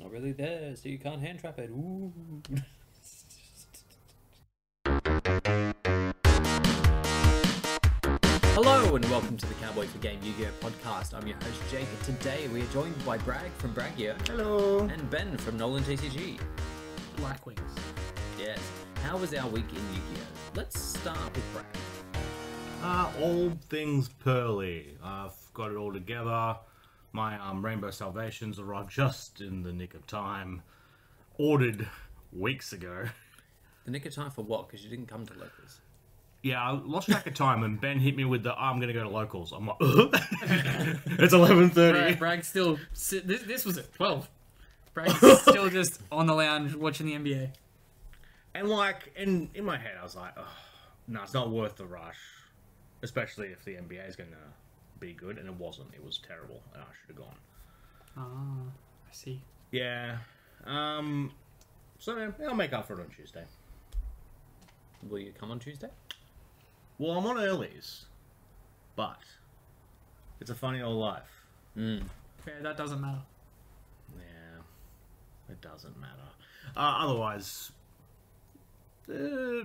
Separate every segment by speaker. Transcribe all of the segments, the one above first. Speaker 1: not really there, so you can't hand trap it. Ooh. Hello and welcome to the Cowboy for Game Yu-Gi-Oh podcast. I'm your host Jake. and Today we are joined by Bragg from Braggio
Speaker 2: Hello.
Speaker 1: and Ben from Nolan TCG.
Speaker 2: Black Wings.
Speaker 1: Yes. How was our week in Yu-Gi-Oh? Let's start with Bragg.
Speaker 2: Uh, all things pearly. I've got it all together. My um, Rainbow Salvations arrived just in the nick of time. Ordered weeks ago.
Speaker 1: The nick of time for what? Because you didn't come to locals.
Speaker 2: Yeah, I lost track of time, and Ben hit me with the "I'm gonna go to locals." I'm like, it's eleven
Speaker 3: Bragg,
Speaker 2: thirty.
Speaker 3: Bragg's still. Sit, this, this was at 12. Bragg's still just on the lounge watching the NBA.
Speaker 2: And like, in in my head, I was like, oh, "No, it's not worth the rush," especially if the NBA is gonna be good, and it wasn't. It was terrible, and I should have gone.
Speaker 3: Ah, I see.
Speaker 2: Yeah. Um. So I'll make up for it on Tuesday.
Speaker 1: Will you come on Tuesday?
Speaker 2: Well, I'm on earlies, but it's a funny old life.
Speaker 3: Yeah, that doesn't matter.
Speaker 2: Yeah, it doesn't matter. Uh, otherwise, uh,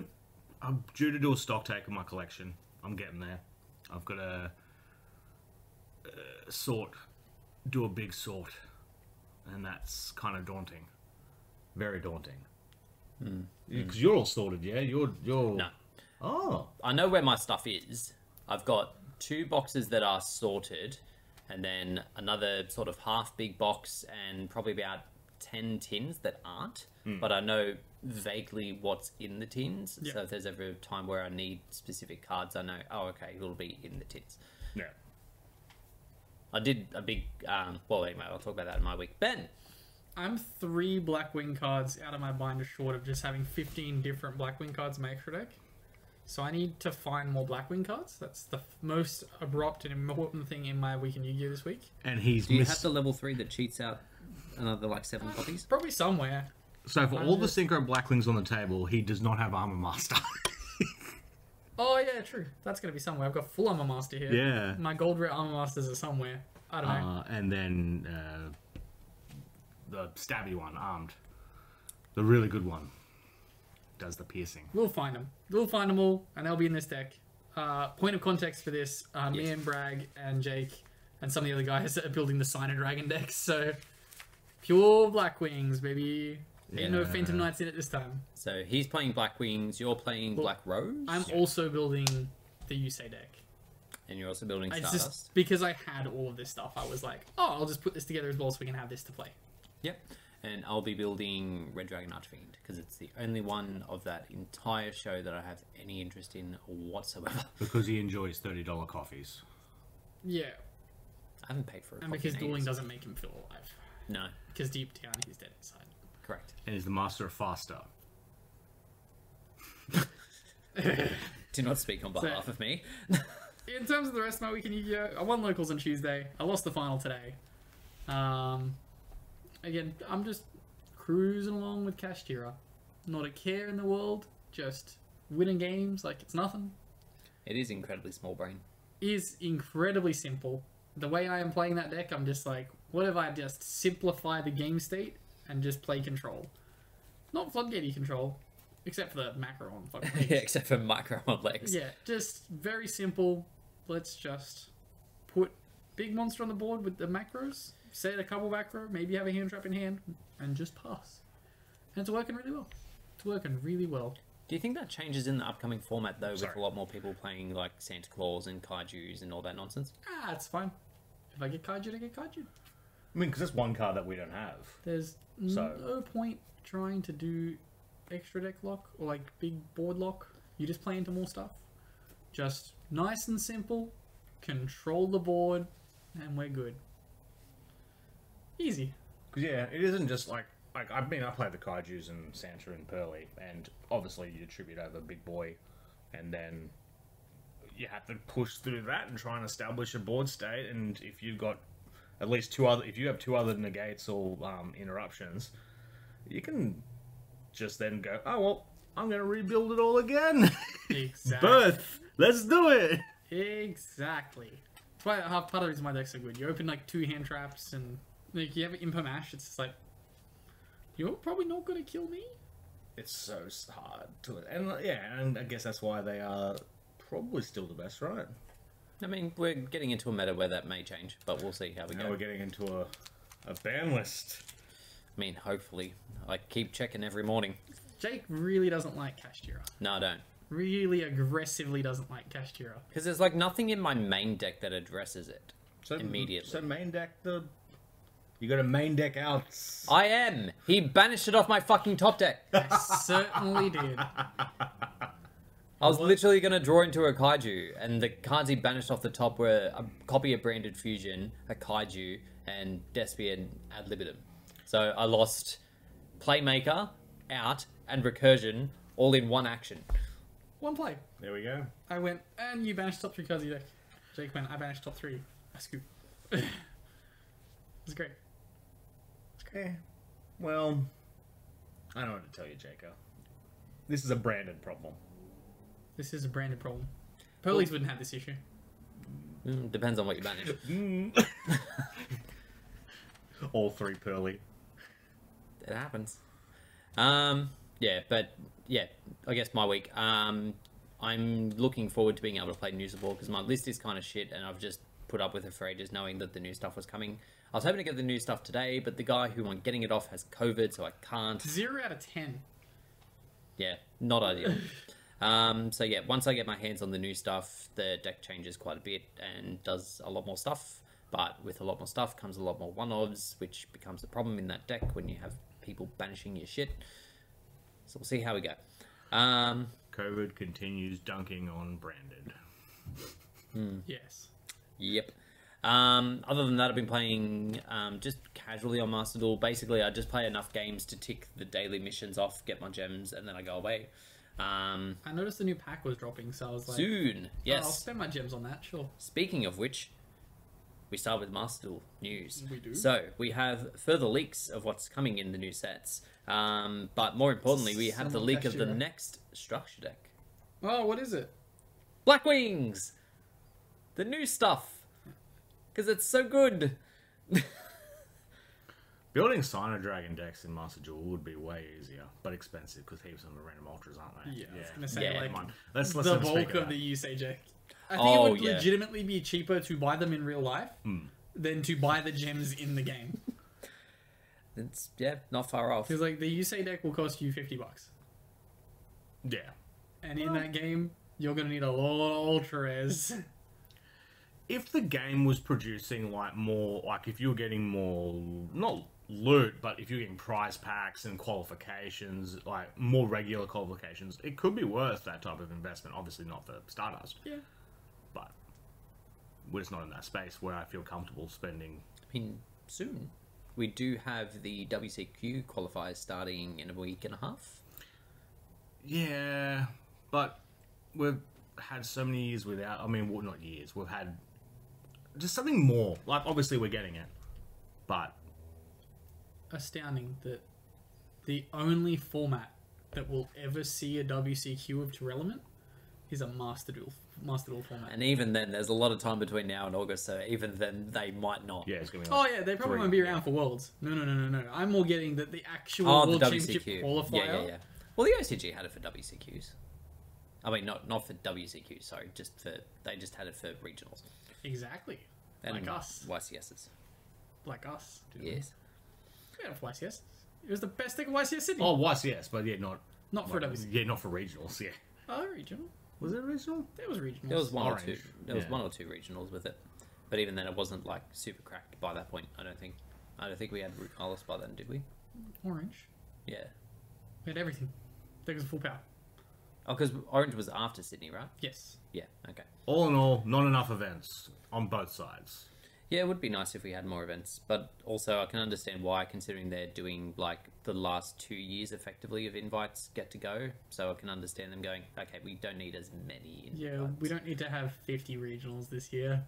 Speaker 2: I'm due to do a stock take of my collection. I'm getting there. I've got to uh, sort, do a big sort, and that's kind of daunting. Very daunting. Because you're all sorted, yeah. You're you're.
Speaker 1: Hmm. No.
Speaker 2: Oh,
Speaker 1: I know where my stuff is. I've got two boxes that are sorted, and then another sort of half big box, and probably about 10 tins that aren't. But I know vaguely what's in the tins.
Speaker 3: Hmm. Yeah.
Speaker 1: So if there's ever a time where I need specific cards, I know, oh, okay, it'll be in the tins.
Speaker 2: yeah.
Speaker 1: I did a big, um, well, anyway, I'll talk about that in my week. Ben!
Speaker 3: I'm three Blackwing cards out of my binder short of just having 15 different Blackwing cards in my extra deck. So I need to find more Blackwing cards. That's the f- most abrupt and important thing in my weekend Yu-Gi-Oh this week.
Speaker 2: And he's
Speaker 1: Do you
Speaker 2: missed.
Speaker 1: have the level three that cheats out another like seven copies?
Speaker 3: Probably somewhere.
Speaker 2: So for all the synchro blacklings on the table, he does not have armor master.
Speaker 3: Oh yeah, true. That's gonna be somewhere. I've got full armor master here.
Speaker 2: Yeah.
Speaker 3: My gold rare armor masters are somewhere. I don't know.
Speaker 2: uh, and then uh, the stabby one, armed, the really good one, does the piercing.
Speaker 3: We'll find them. We'll find them all, and they'll be in this deck. Uh, point of context for this: uh, me
Speaker 1: Yes.
Speaker 3: and Bragg and Jake and some of the other guys are building the Sign of Dragon decks. So pure Black Wings, baby. Ain't no
Speaker 2: Yeah.
Speaker 3: Phantom Knights in it this time.
Speaker 1: So he's playing Black Wings, you're playing Black Rose,
Speaker 3: I'm also building the Yusei deck.
Speaker 1: and you're also building
Speaker 3: It's
Speaker 1: Stardust.
Speaker 3: just because I had all of this stuff. I was like, oh, I'll just put this together as well, so we can have this to play.
Speaker 1: Yep. And I'll be building Red Dragon Archfiend because it's the only one of that entire show that I have any interest in whatsoever.
Speaker 2: Because he enjoys $30 coffees.
Speaker 3: Yeah,
Speaker 1: I haven't paid for it.
Speaker 3: and because dueling doesn't make him feel alive,
Speaker 1: No,
Speaker 3: because deep down he's dead inside.
Speaker 1: correct.
Speaker 2: And he's the master of faster.
Speaker 1: Do not speak on behalf of me.
Speaker 3: in terms of the rest of my weekend Yu-Gi-Oh, I won locals on Tuesday. I lost the final today. Um, again, I'm just cruising along with Cash Tira. Not a care in the world. Just winning games like it's nothing.
Speaker 1: It is incredibly small brain.
Speaker 3: Is incredibly simple. The way I am playing that deck, I'm just like, what if I just simplify the game state and just play control? Not floodgatey control, except for the Macaron fucking thing.
Speaker 1: yeah, except for micro on legs.
Speaker 3: Yeah, just very simple. Let's just put big monster on the board with the macros, set a couple macro, maybe have a hand trap in hand, and just pass. And it's working really well. It's working really well.
Speaker 1: Do you think that changes in the upcoming format though, with
Speaker 2: Sorry.
Speaker 1: a lot more people playing like Santa Claus and Kaiju's and all that nonsense?
Speaker 3: Ah, it's fine. If I get Kaiju, I get Kaiju.
Speaker 2: I mean, because that's one card that we don't have.
Speaker 3: There's
Speaker 2: So-
Speaker 3: no point trying to do extra deck lock or like big board lock. You just play into more stuff. Just nice and simple. Control the board, and we're good. Easy.
Speaker 2: Because, yeah, it isn't just like. Like, I mean, I play the Kaijus and Santa and Pearly, and obviously you tribute over Big Boy, and then you have to push through that and try and establish a board state. And if you've got at least two other, if you have two other negates or um, interruptions, you can just then go, oh well, I'm gonna rebuild it all again.
Speaker 3: Exactly.
Speaker 2: Birth, let's do it.
Speaker 3: Exactly. uh, That's why half part of the reason my deck's so good. You open like two hand traps and like you have an impermash, it's just like You're probably not going to kill me.
Speaker 2: It's so s- hard to and uh, yeah, and I guess that's why they are probably still the best, right?
Speaker 1: I mean, we're getting into a meta where that may change, but we'll see how we
Speaker 2: Now
Speaker 1: go.
Speaker 2: we're getting into a a ban list.
Speaker 1: I mean, hopefully. I keep checking every morning.
Speaker 3: Jake really doesn't like Kashtira.
Speaker 1: No, I don't.
Speaker 3: Really aggressively doesn't like Kashtira.
Speaker 1: Because there's like nothing in my main deck that addresses it.
Speaker 2: So
Speaker 1: Immediately.
Speaker 2: So main deck the you got a main deck out.
Speaker 1: I am! He banished it off my fucking top deck!
Speaker 3: I certainly did.
Speaker 1: I was literally going to draw into a kaiju, and the cards he banished off the top were a copy of Branded Fusion, a kaiju, and Despian ad libitum. So I lost Playmaker, out, and Recursion all in one action.
Speaker 3: One play.
Speaker 2: There we go.
Speaker 3: I went, and you banished top three cards of your deck. Jake went, I banished top three. I scoop. it's great.
Speaker 2: Eh, well, I don't know what to tell you, Jacob. This is a branded problem.
Speaker 3: This is a branded problem. Pearlies wouldn't have this issue.
Speaker 1: Mm, depends on what you banish.
Speaker 2: All three pearly.
Speaker 1: it happens. Um, yeah, but yeah, I guess my week. Um, I'm looking forward to being able to play new support because my list is kind of shit, and I've just put up with it for ages, knowing that the new stuff was coming. I was hoping to get the new stuff today, but the guy who I'm getting it off has COVID, so I can't.
Speaker 3: Zero out of ten.
Speaker 1: Yeah, not ideal. um, so yeah, once I get my hands on the new stuff, the deck changes quite a bit and does a lot more stuff. But with a lot more stuff comes a lot more one ofs, which becomes the problem in that deck when you have people banishing your shit. So we'll see how we go. Um,
Speaker 2: COVID continues dunking on branded.
Speaker 3: Yes.
Speaker 1: Yep. Um, other than that, I've been playing um, just casually on Master Duel. Basically, I just play enough games to tick the daily missions off, get my gems, and then I go away. Um,
Speaker 3: I noticed the new pack was dropping, so I was like,
Speaker 1: soon, yes.
Speaker 3: "Oh, I'll spend my gems on that, sure.
Speaker 1: Speaking of which, we start with Master Duel news.
Speaker 3: We do.
Speaker 1: So we have further leaks of what's coming in the new sets, um, but more importantly, we have the
Speaker 3: Somewhat
Speaker 1: leak of the
Speaker 3: cashier.
Speaker 1: next structure deck,
Speaker 3: Oh, what is it?
Speaker 1: Black Wings, the new stuff, because it's so good.
Speaker 2: Building Sino Dragon decks in Master Duel would be way easier, but expensive because heaps of them are random alters, aren't they?
Speaker 3: Yeah, I was gonna say,
Speaker 1: Yeah.
Speaker 3: like,
Speaker 2: Come on. Let's, let's
Speaker 3: the
Speaker 2: not speak
Speaker 3: bulk of
Speaker 2: that.
Speaker 3: the usage. eh? I think
Speaker 1: Oh,
Speaker 3: it would
Speaker 1: yeah. Hmm.
Speaker 3: legitimately be cheaper to buy them in real life than to buy the gems in the game.
Speaker 1: It's yeah, not far off.
Speaker 3: Because like the Yusei deck will cost you fifty bucks,
Speaker 2: Yeah.
Speaker 3: and in that game you're gonna need a lot of ultra rares.
Speaker 2: If the game was producing like more, like if you were getting more, not loot, but if you're getting prize packs and qualifications, like more regular qualifications, it could be worth that type of investment. Obviously, not for Stardust,
Speaker 3: yeah.
Speaker 2: but we're just not in that space where I feel comfortable spending.
Speaker 1: I mean, soon we do have the WCQ qualifiers starting in a week and a half.
Speaker 2: Yeah, but we've had so many years without. I mean, well, not years. We've had just something more. Like obviously, we're getting it, but
Speaker 3: Astounding that the only format that will ever see a WCQ of relevant is a Master Duel, Master Duel format.
Speaker 1: And even then, there's a lot of time between now and August, so even then they might not.
Speaker 2: yeah, it's gonna be.
Speaker 3: Oh
Speaker 2: Like,
Speaker 3: yeah, they probably
Speaker 2: Three,
Speaker 3: won't be
Speaker 2: yeah.
Speaker 3: around for Worlds. No, no, no, no, no. I'm more getting that the actual
Speaker 1: Oh,
Speaker 3: World
Speaker 1: the
Speaker 3: Championship
Speaker 1: WCQ.
Speaker 3: qualifier.
Speaker 1: Yeah, yeah, yeah. Well, the OCG had it for WCQs. I mean, not not for WCQs. Sorry, just for they just had it for regionals
Speaker 3: Exactly.
Speaker 1: and
Speaker 3: like us.
Speaker 1: YCSs.
Speaker 3: Like us.
Speaker 1: Yes.
Speaker 3: We had a YCS. It was the best thing of YCS Sydney.
Speaker 2: Oh, was yes, but yeah, not
Speaker 3: Not for
Speaker 2: like,
Speaker 1: mm.
Speaker 3: WCQ.
Speaker 2: Yeah, not for regionals. Yeah,
Speaker 3: Oh, regional.
Speaker 2: was it regional?
Speaker 3: There was regional.
Speaker 1: There was one or two.
Speaker 2: Orange,
Speaker 1: There was
Speaker 2: yeah.
Speaker 1: one or two regionals with it, but even then, it wasn't like super cracked by that point. I don't think. I don't think we had Root Carlos by then, did we?
Speaker 3: orange.
Speaker 1: Yeah.
Speaker 3: We had everything. There was full power.
Speaker 1: Oh, because Orange was after Sydney, right?
Speaker 3: Yes.
Speaker 1: Yeah. Okay.
Speaker 2: All in all, not enough events on both sides.
Speaker 1: Yeah, it would be nice if we had more events, but also I can understand why, considering they're doing like the last two years effectively of invites get to go. So I can understand them going, okay, we don't need as many. Invites.
Speaker 3: Yeah, we don't need to have 50 regionals this year.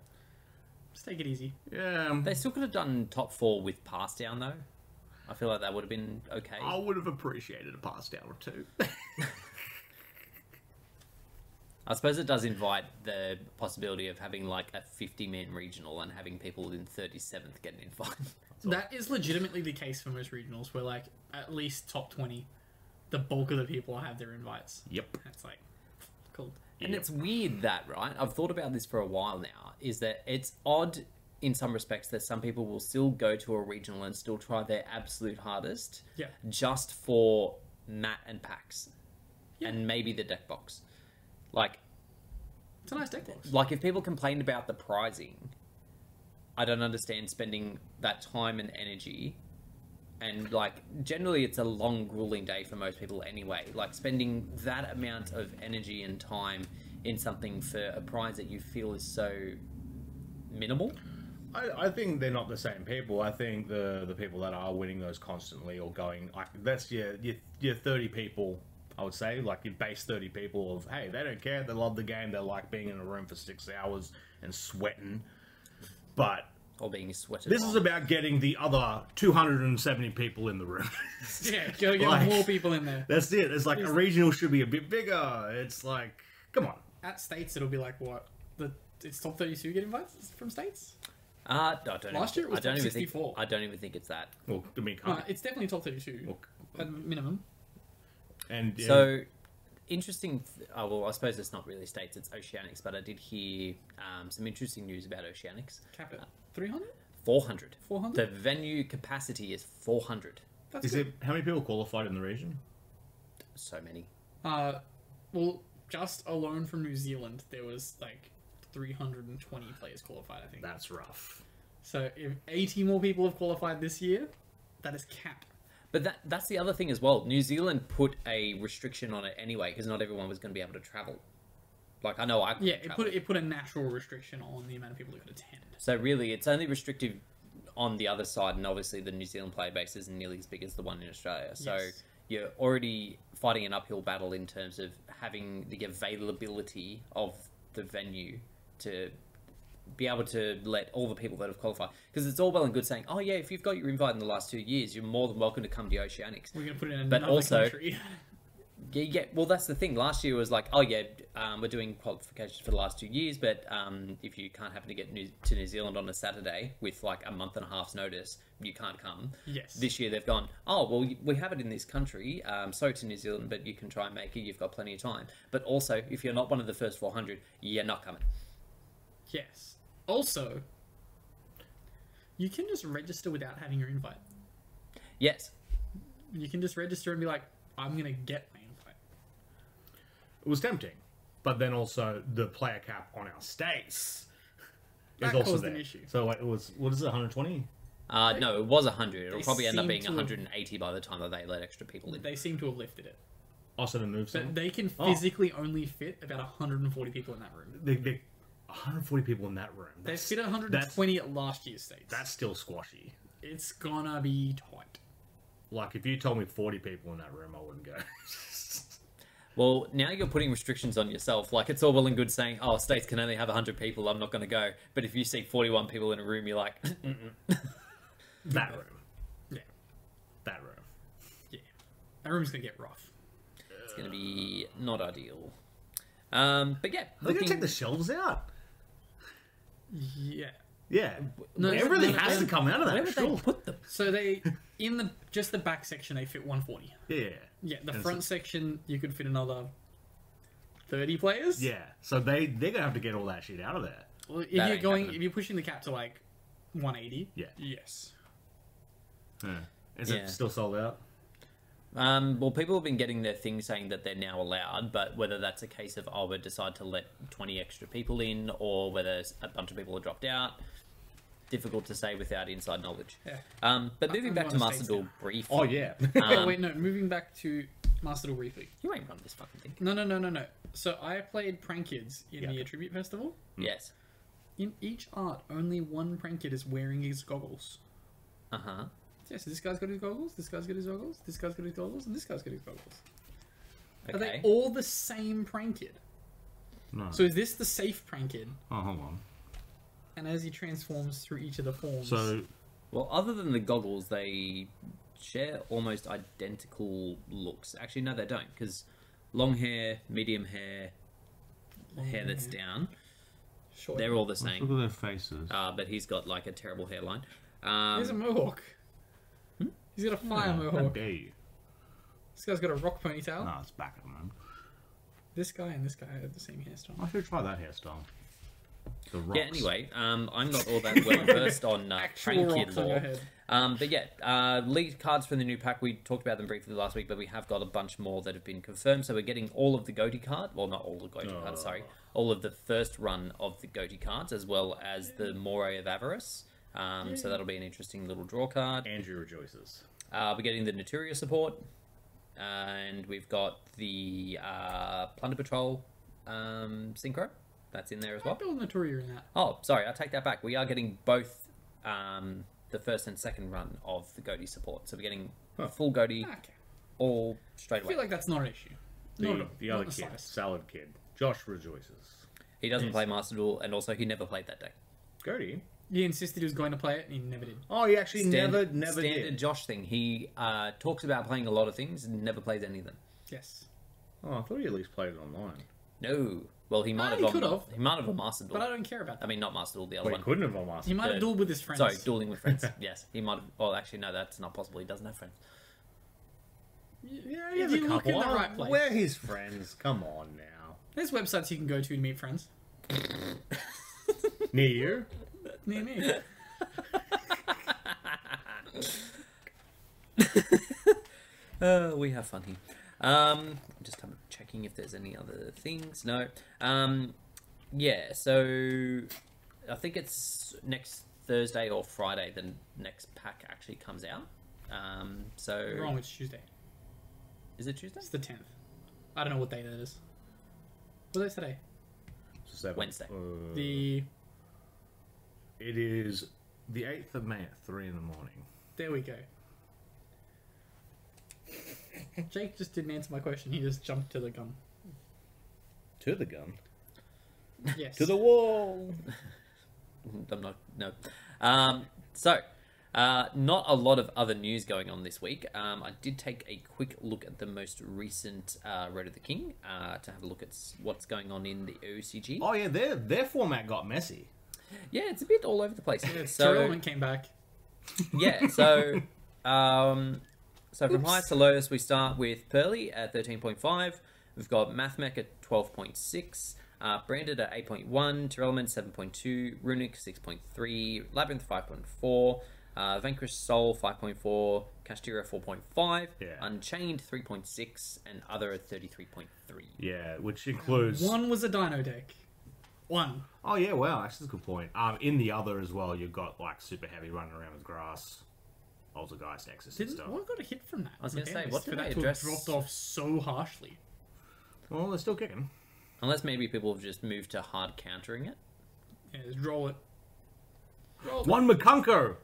Speaker 3: Just take it easy.
Speaker 2: Yeah, um,
Speaker 1: They still could have done top four with pass down though. I feel like that would have been okay.
Speaker 2: I would have appreciated a past hour or two.
Speaker 1: I suppose it does invite the possibility of having like a fifty-man regional and having people in thirty-seventh get an invite. So-
Speaker 3: That is legitimately the case for most regionals, where like at least top twenty, the bulk of the people have their invites.
Speaker 2: Yep.
Speaker 3: That's like cool.
Speaker 1: And
Speaker 2: Yep.
Speaker 1: it's weird that, right? I've thought about this for a while now, is that it's odd in some respects that some people will still go to a regional and still try their absolute hardest
Speaker 3: Yeah.
Speaker 1: just for mat and packs
Speaker 3: Yeah.
Speaker 1: and maybe the deck box. Like,
Speaker 3: It's a nice deck box.
Speaker 1: like if people complained about the pricing, I don't understand spending that time and energy. And like generally, it's a long, grueling day for most people anyway. Like spending that amount of energy and time in something for a prize that you feel is so minimal.
Speaker 4: I, I think they're not the same people. I think the the people that are winning those constantly or going like that's your your, your thirty people. I would say like your base thirty people of hey they don't care they love the game they like being in a room for six hours and sweating, but
Speaker 1: Or being sweated.
Speaker 2: This is about getting the other 270 people in the room.
Speaker 3: Yeah, go get
Speaker 2: Like-
Speaker 3: more people in there.
Speaker 2: That's it. It's like a regional should be a bit bigger. It's like, come on.
Speaker 3: At states, it'll be like what the it's top thirty-two get invites from states.
Speaker 1: Uh, I don't
Speaker 3: Last
Speaker 1: even,
Speaker 3: year it was
Speaker 1: I don't
Speaker 3: like
Speaker 1: even think.
Speaker 3: 64.
Speaker 1: I don't even think it's that.
Speaker 4: well I mean
Speaker 3: Uh,
Speaker 4: can't
Speaker 3: it's definitely top thirty-two
Speaker 4: well,
Speaker 3: at minimum.
Speaker 4: and yeah,
Speaker 1: So interesting. Th- oh, well, I suppose it's not really states. It's oceanics. But I did hear um, some interesting news about oceanics.
Speaker 3: Cap at 300?
Speaker 1: 400.
Speaker 3: 400?
Speaker 1: The venue capacity is 400.
Speaker 3: That's
Speaker 4: is
Speaker 3: good.
Speaker 4: it how many people qualified in the region?
Speaker 1: So many.
Speaker 3: Uh, well, just alone from New Zealand, there was like 320 players qualified, I think.
Speaker 2: That's rough.
Speaker 3: So if 80 more people have qualified this year, that is cap.
Speaker 1: But that that's the other thing as well. New Zealand put a restriction on it anyway because not everyone was going to be able to travel. Like I know I couldn't
Speaker 3: Yeah, it
Speaker 1: travel.
Speaker 3: put it put a natural restriction on the amount of people who could attend.
Speaker 1: So really, it's only restrictive on the other side, and obviously the New Zealand player base isn't nearly as big as the one in Australia. So
Speaker 3: Yes.
Speaker 1: you're already fighting an uphill battle in terms of having the availability of the venue to be able to let all the people that have qualified. Because it's all well and good saying, "Oh yeah, if you've got your invite in the last two years, you're more than welcome to come to Oceanics."
Speaker 3: We're gonna put it in
Speaker 1: But
Speaker 3: another
Speaker 1: also-
Speaker 3: country.
Speaker 1: Yeah, yeah. Well, that's the thing. Last year was like, oh yeah, um, we're doing qualifications for the last two years, but um, if you can't happen to get new- to New Zealand on a Saturday with like a month and a half's notice, you can't come.
Speaker 3: yes.
Speaker 1: This year they've gone, oh well, y- we have it in this country, um, so to New Zealand, but you can try and make it. You've got plenty of time. But also, if you're not one of the first 400, you're not coming.
Speaker 3: yes. Also, you can just register without having your invite.
Speaker 1: Yes,
Speaker 3: You can just register and be like, I'm gonna get my invite.
Speaker 4: It was tempting, but then also the player cap on our states.
Speaker 3: That
Speaker 4: is also
Speaker 3: caused
Speaker 4: there.
Speaker 3: an issue.
Speaker 4: So like, it was what is it 120?
Speaker 1: uh, no, it was 100. It'll
Speaker 3: They
Speaker 1: probably end up
Speaker 3: seem
Speaker 1: being
Speaker 3: to have-
Speaker 1: 180 by the time that they let extra people in.
Speaker 3: They seem to have lifted it.
Speaker 4: Also the move
Speaker 3: But
Speaker 4: some.
Speaker 3: they can
Speaker 4: Oh.
Speaker 3: physically only fit about 140 people in that room.
Speaker 4: They, they, 140 people in that room.
Speaker 3: They
Speaker 4: That's,
Speaker 3: fit 120 at last year's states.
Speaker 4: that's still squashy.
Speaker 3: it's gonna be tight.
Speaker 4: Like if you told me 40 people in that room, I wouldn't go.
Speaker 1: Well, now you're putting restrictions on yourself. Like it's all well and good saying, "Oh, states can only have 100 people. I'm not going to go." But if you see 41 people in a room, you're like,
Speaker 4: that room.
Speaker 3: Yeah,
Speaker 4: That room.
Speaker 3: yeah. That roim's gonna get rough.
Speaker 1: "It's going to be not ideal." Um, but yeah,
Speaker 4: They're
Speaker 1: looking-
Speaker 4: gonna take the shelves out.
Speaker 3: Yeah.
Speaker 4: Yeah,
Speaker 3: No,
Speaker 4: it really
Speaker 3: no,
Speaker 4: has
Speaker 3: no.
Speaker 4: to come out of
Speaker 1: where
Speaker 4: that.
Speaker 1: would
Speaker 4: Sure.
Speaker 1: they put them?
Speaker 3: So they in the just the back section they fit 140.
Speaker 4: Yeah,
Speaker 3: Yeah, the
Speaker 4: And
Speaker 3: front section you could fit another 30 players.
Speaker 4: yeah. So they they're gonna have to get all that shit out of there.
Speaker 3: Well, if
Speaker 1: That
Speaker 3: you're
Speaker 1: ain't
Speaker 3: going,
Speaker 1: happening.
Speaker 3: if you're pushing the cap to like 180.
Speaker 4: Yeah.
Speaker 3: Yes.
Speaker 4: Is
Speaker 1: Yeah.
Speaker 4: it still sold out?
Speaker 1: Um, well, people have been getting their thing saying that they're now allowed, but whether that's a case of oh, we decide to let 20 extra people in, or whether a bunch of people are dropped out, difficult to say without inside knowledge.
Speaker 3: Yeah.
Speaker 1: Um, but
Speaker 3: I-
Speaker 1: moving
Speaker 3: I'm
Speaker 1: back
Speaker 3: going
Speaker 1: to
Speaker 3: to
Speaker 1: Master
Speaker 3: states
Speaker 1: Duel
Speaker 3: now.
Speaker 1: briefly.
Speaker 4: Oh yeah.
Speaker 1: Um,
Speaker 3: oh wait, no. Moving back to Master Duel briefly.
Speaker 1: you ain't run this fucking thing.
Speaker 3: No, no, no, no, no. So I played prank kids in the
Speaker 4: Yeah.
Speaker 3: Attribute Festival.
Speaker 4: Mm.
Speaker 1: Yes.
Speaker 3: In each art, only one prank kid is wearing his goggles.
Speaker 1: Uh huh.
Speaker 3: Yeah, so this guy's got his goggles, this guy's got his goggles, this guy's got his goggles, and this guy's got his goggles.
Speaker 1: Okay.
Speaker 3: Are they all the same prank kid?
Speaker 4: no.
Speaker 3: So is this the safe prank kid?
Speaker 4: oh, hold on.
Speaker 3: And as he transforms through each of the forms,
Speaker 4: So
Speaker 1: Well, other than the goggles, they share almost identical looks. Actually, no, they don't, because long hair, medium hair,
Speaker 3: Long
Speaker 1: hair that's
Speaker 3: hair.
Speaker 1: down,
Speaker 3: short.
Speaker 1: they're all the
Speaker 4: look
Speaker 1: same.
Speaker 4: at their faces.
Speaker 1: Uh, but he's got like a terrible hairline. Um,
Speaker 3: He's a mohawk. He's got Oh, a Oh. fire
Speaker 2: How
Speaker 3: mohawk.
Speaker 2: dare you?
Speaker 3: This guy's got a rock ponytail.
Speaker 2: No, it's back at the moment.
Speaker 3: This guy and this guy have the same hairstyle.
Speaker 2: I should try that hairstyle. The rocks.
Speaker 1: yeah, anyway, um, I'm not all that well versed on uh,
Speaker 3: Actual
Speaker 1: Trankid
Speaker 3: rocks on
Speaker 1: lore.
Speaker 3: your head.
Speaker 1: Um, but yeah, uh, lead cards from the new pack. We talked about them briefly last week, but we have got a bunch more that have been confirmed. So we're getting all of the Goatee card. Well, not all the Goatee cards, sorry. All of the first run of the Goatee cards, as well as the Moray of Avarice. Um, so that'll be an interesting little draw card.
Speaker 4: Andrew rejoices.
Speaker 1: Uh, we're getting the Naturia support. And we've got the uh, Plunder Patrol um, Synchro. That's in there as well.
Speaker 3: Build Notoria in that.
Speaker 1: Oh, sorry, I take that back. We are getting both um, the first and second run of the Goatee support. So we're getting a full Goatee
Speaker 3: Okay.
Speaker 1: all straight
Speaker 3: I
Speaker 1: away.
Speaker 3: feel like that's not an issue.
Speaker 4: The,
Speaker 3: Not at all.
Speaker 4: the
Speaker 3: Not
Speaker 4: other
Speaker 3: in the
Speaker 4: kid,
Speaker 3: slightest.
Speaker 4: salad kid, Josh rejoices.
Speaker 1: he doesn't play Master Duel, and also he never played that deck.
Speaker 4: Goaty.
Speaker 3: He insisted he was going to play it, and he never did.
Speaker 4: Oh, he actually
Speaker 1: Stand-
Speaker 4: never, never
Speaker 1: standard
Speaker 4: did.
Speaker 1: Josh thing. He uh, talks about playing a lot of things, and never plays any of them.
Speaker 3: Yes.
Speaker 4: Oh, I thought he at least played it online.
Speaker 1: No. Well, he might
Speaker 3: Ah,
Speaker 1: have.
Speaker 3: he
Speaker 1: on-
Speaker 3: could've.
Speaker 1: he might have a Master Duel.
Speaker 3: But I
Speaker 1: I,
Speaker 3: don't care about that.
Speaker 1: mean, not Master Duel, the other
Speaker 4: But he
Speaker 1: one.
Speaker 4: couldn't have on last.
Speaker 3: He might have
Speaker 1: the-
Speaker 3: dueled with his friends.
Speaker 1: Sorry, dueling with friends. yes, he might have. Well, actually, no, that's not possible. He doesn't have friends.
Speaker 4: Yeah,
Speaker 3: he has a couple. I-
Speaker 4: We're
Speaker 3: we're
Speaker 4: his friends. Come on now.
Speaker 3: There's websites you can go to to meet friends.
Speaker 4: Near you?
Speaker 3: Near me.
Speaker 1: Uh, we have fun here. Um, I'm just kind of checking if there's any other things. No. Um, yeah. So I think it's next Thursday or Friday the next pack actually comes out. Um, so
Speaker 3: Wrong, it's Tuesday.
Speaker 1: is it Tuesday?
Speaker 3: It's the 10th. I don't know what day that is. What day is today?
Speaker 4: Seven.
Speaker 1: Wednesday.
Speaker 4: Uh,
Speaker 3: The.
Speaker 4: it is.
Speaker 2: The 8th of May at 3 in the morning.
Speaker 3: There we go. Jake just didn't answer my question. He just jumped to the gun.
Speaker 4: To the gun.
Speaker 3: Yes.
Speaker 4: To the wall.
Speaker 1: I'm not. No. Um, so. Uh, not a lot of other news going on this week. Um, I did take a quick look at the most recent uh, Road of the King uh, to have a look at s- what's going on in the OCG.
Speaker 2: Oh, yeah, their, their format got messy.
Speaker 1: Yeah, it's a bit all over the place.
Speaker 3: So,
Speaker 1: so
Speaker 3: came back.
Speaker 1: yeah, so um, so from highest to lowest, we start with Pearly at thirteen point five. We've got Mathmech at twelve point six. Uh, branded at 8.1, Terrellman 7.2, Runic 6.3, Labyrinth 5.4, uh, Vanquish Soul 5.4, Kastira 4.5,
Speaker 2: Yeah.
Speaker 1: Unchained 3.6, and Other at 33.3.
Speaker 2: Yeah, which includes.
Speaker 3: One was a dino deck. One.
Speaker 2: Oh, yeah, wow, actually, that's a good point. Um, In the other as well, you've got, like, super heavy running around with grass, Poltergeist, Exorcist
Speaker 3: Didn't
Speaker 2: stuff.
Speaker 3: what got a hit from that? I
Speaker 1: was gonna say, what
Speaker 3: for
Speaker 1: did
Speaker 3: that
Speaker 1: they
Speaker 3: to have
Speaker 1: address?
Speaker 3: dropped off so harshly.
Speaker 2: Well, they're still kicking.
Speaker 1: Unless maybe people have just moved to hard countering it.
Speaker 3: Yeah, just roll it. Roll
Speaker 2: One McCunker!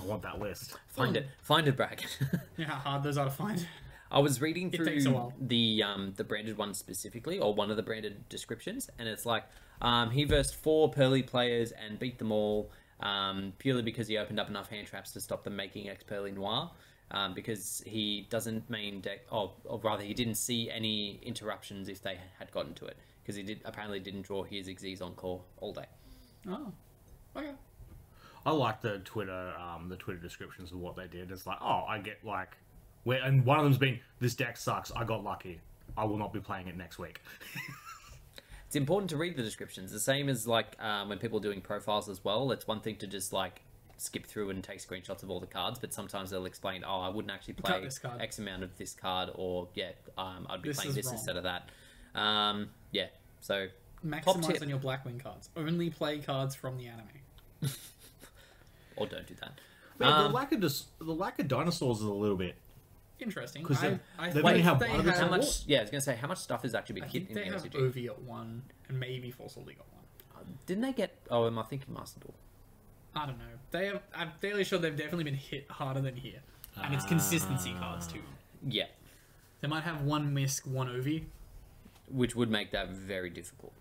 Speaker 2: I want that list.
Speaker 1: Find it. Find a bracket.
Speaker 3: it. Yeah, how hard those are to find.
Speaker 1: I was reading through
Speaker 3: takes a while.
Speaker 1: the um, the branded one specifically, or one of the branded descriptions, and it's like um, he versed four pearly players and beat them all um, purely because he opened up enough hand traps to stop them making ex pearly noir. Um, because he doesn't main deck, or, or rather, he didn't see any interruptions if they had gotten to it, because he did apparently didn't draw his Xyz Encore all day.
Speaker 3: Oh. Okay.
Speaker 2: I like the Twitter, um, the Twitter descriptions of what they did. It's like, oh, I get like, where, and one of them's been, this deck sucks. I got lucky. I will not be playing it next week.
Speaker 1: it's important to read the descriptions. The same as like um, when people are doing profiles as well. It's one thing to just like skip through and take screenshots of all the cards, but sometimes they'll explain, "Oh, I wouldn't actually
Speaker 3: Cut
Speaker 1: play
Speaker 3: this card."
Speaker 1: X amount of this card," or "Yeah, um, I'd be
Speaker 3: This
Speaker 1: playing
Speaker 3: is
Speaker 1: this
Speaker 3: wrong.
Speaker 1: instead of that." Um, yeah, so
Speaker 3: Maximize
Speaker 1: tip.
Speaker 3: on your Blackwing cards. Only play cards from the anime.
Speaker 1: or don't do that.
Speaker 2: Man,
Speaker 1: Um,
Speaker 2: the lack of dis- the lack of dinosaurs is a little bit.
Speaker 3: Interesting.
Speaker 2: 'Cause
Speaker 3: I,
Speaker 2: they-
Speaker 3: I
Speaker 2: they
Speaker 3: think
Speaker 2: only have
Speaker 3: they
Speaker 2: one of
Speaker 3: have
Speaker 2: the
Speaker 1: how
Speaker 2: Uh,
Speaker 1: much?
Speaker 2: what-
Speaker 1: Yeah, I was gonna say how much stuff has actually been
Speaker 3: I
Speaker 1: hit
Speaker 3: think
Speaker 1: in the
Speaker 3: they have
Speaker 1: LCG.
Speaker 3: OV at one and maybe Force League at one.
Speaker 1: Didn't they get? Oh, am I thinking Master Duel?
Speaker 3: I don't know. They have. I'm fairly sure they've definitely been hit harder than here,
Speaker 2: Ah.
Speaker 3: and it's consistency cards too.
Speaker 1: Yeah,
Speaker 3: They might have one misc, one OV.
Speaker 1: which would make that very difficult.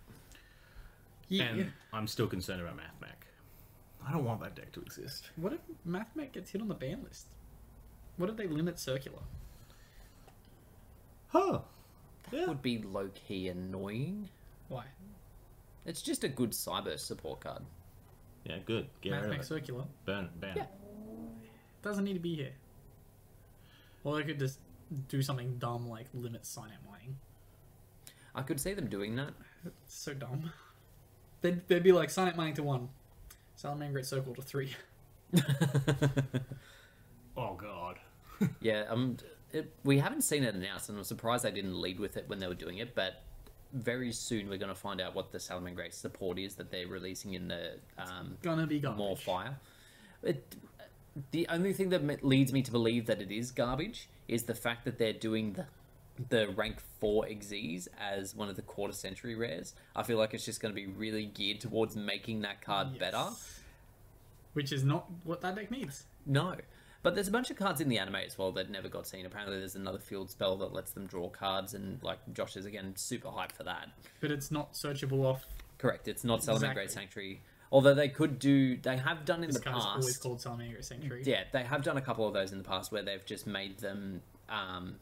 Speaker 3: Yeah.
Speaker 2: And I'm still concerned about Math Mac. I don't want that deck to exist.
Speaker 3: What if MathMech gets hit on the ban list? What if they limit circular?
Speaker 2: Huh? Yeah.
Speaker 1: Would be low key annoying.
Speaker 3: Why?
Speaker 1: It's just a good cyber support card.
Speaker 2: Yeah, good. Get
Speaker 3: Math
Speaker 2: rid
Speaker 3: Max
Speaker 2: of it.
Speaker 3: Circular.
Speaker 2: Burn it. Ban
Speaker 3: Yeah. Doesn't need to be here. Or they could just do something dumb like limit sign out mining.
Speaker 1: I could see them doing that.
Speaker 3: It's so dumb. They'd, they'd be like sign out mining to one, Salamangreat Circle to three.
Speaker 2: Oh god.
Speaker 1: Yeah, um, it, we haven't seen it announced, and I'm surprised they didn't lead with it when they were doing it. But very soon we're going to find out what the Salmon Great support is that they're releasing in the um,
Speaker 3: Gonna be garbage.
Speaker 1: more fire. It, the only thing that me- leads me to believe that it is garbage is the fact that they're doing the the rank four exes as one of the quarter century rares. I feel like it's just going to be really geared towards making that card better.
Speaker 3: Yes. Which is not what that deck needs.
Speaker 1: No. But there's a bunch of cards in the anime as well that never got seen. Apparently, there's another field spell that lets them draw cards, and like Josh is again super hyped for that.
Speaker 3: But it's not searchable off.
Speaker 1: Correct. It's not Salamangreat
Speaker 3: Exactly.
Speaker 1: Great Sanctuary, although they could do. They have done in
Speaker 3: This
Speaker 1: the
Speaker 3: card's always
Speaker 1: past.
Speaker 3: called Salamangreat Sanctuary.
Speaker 1: Yeah, they have done a couple of those in the past where they've just made them um,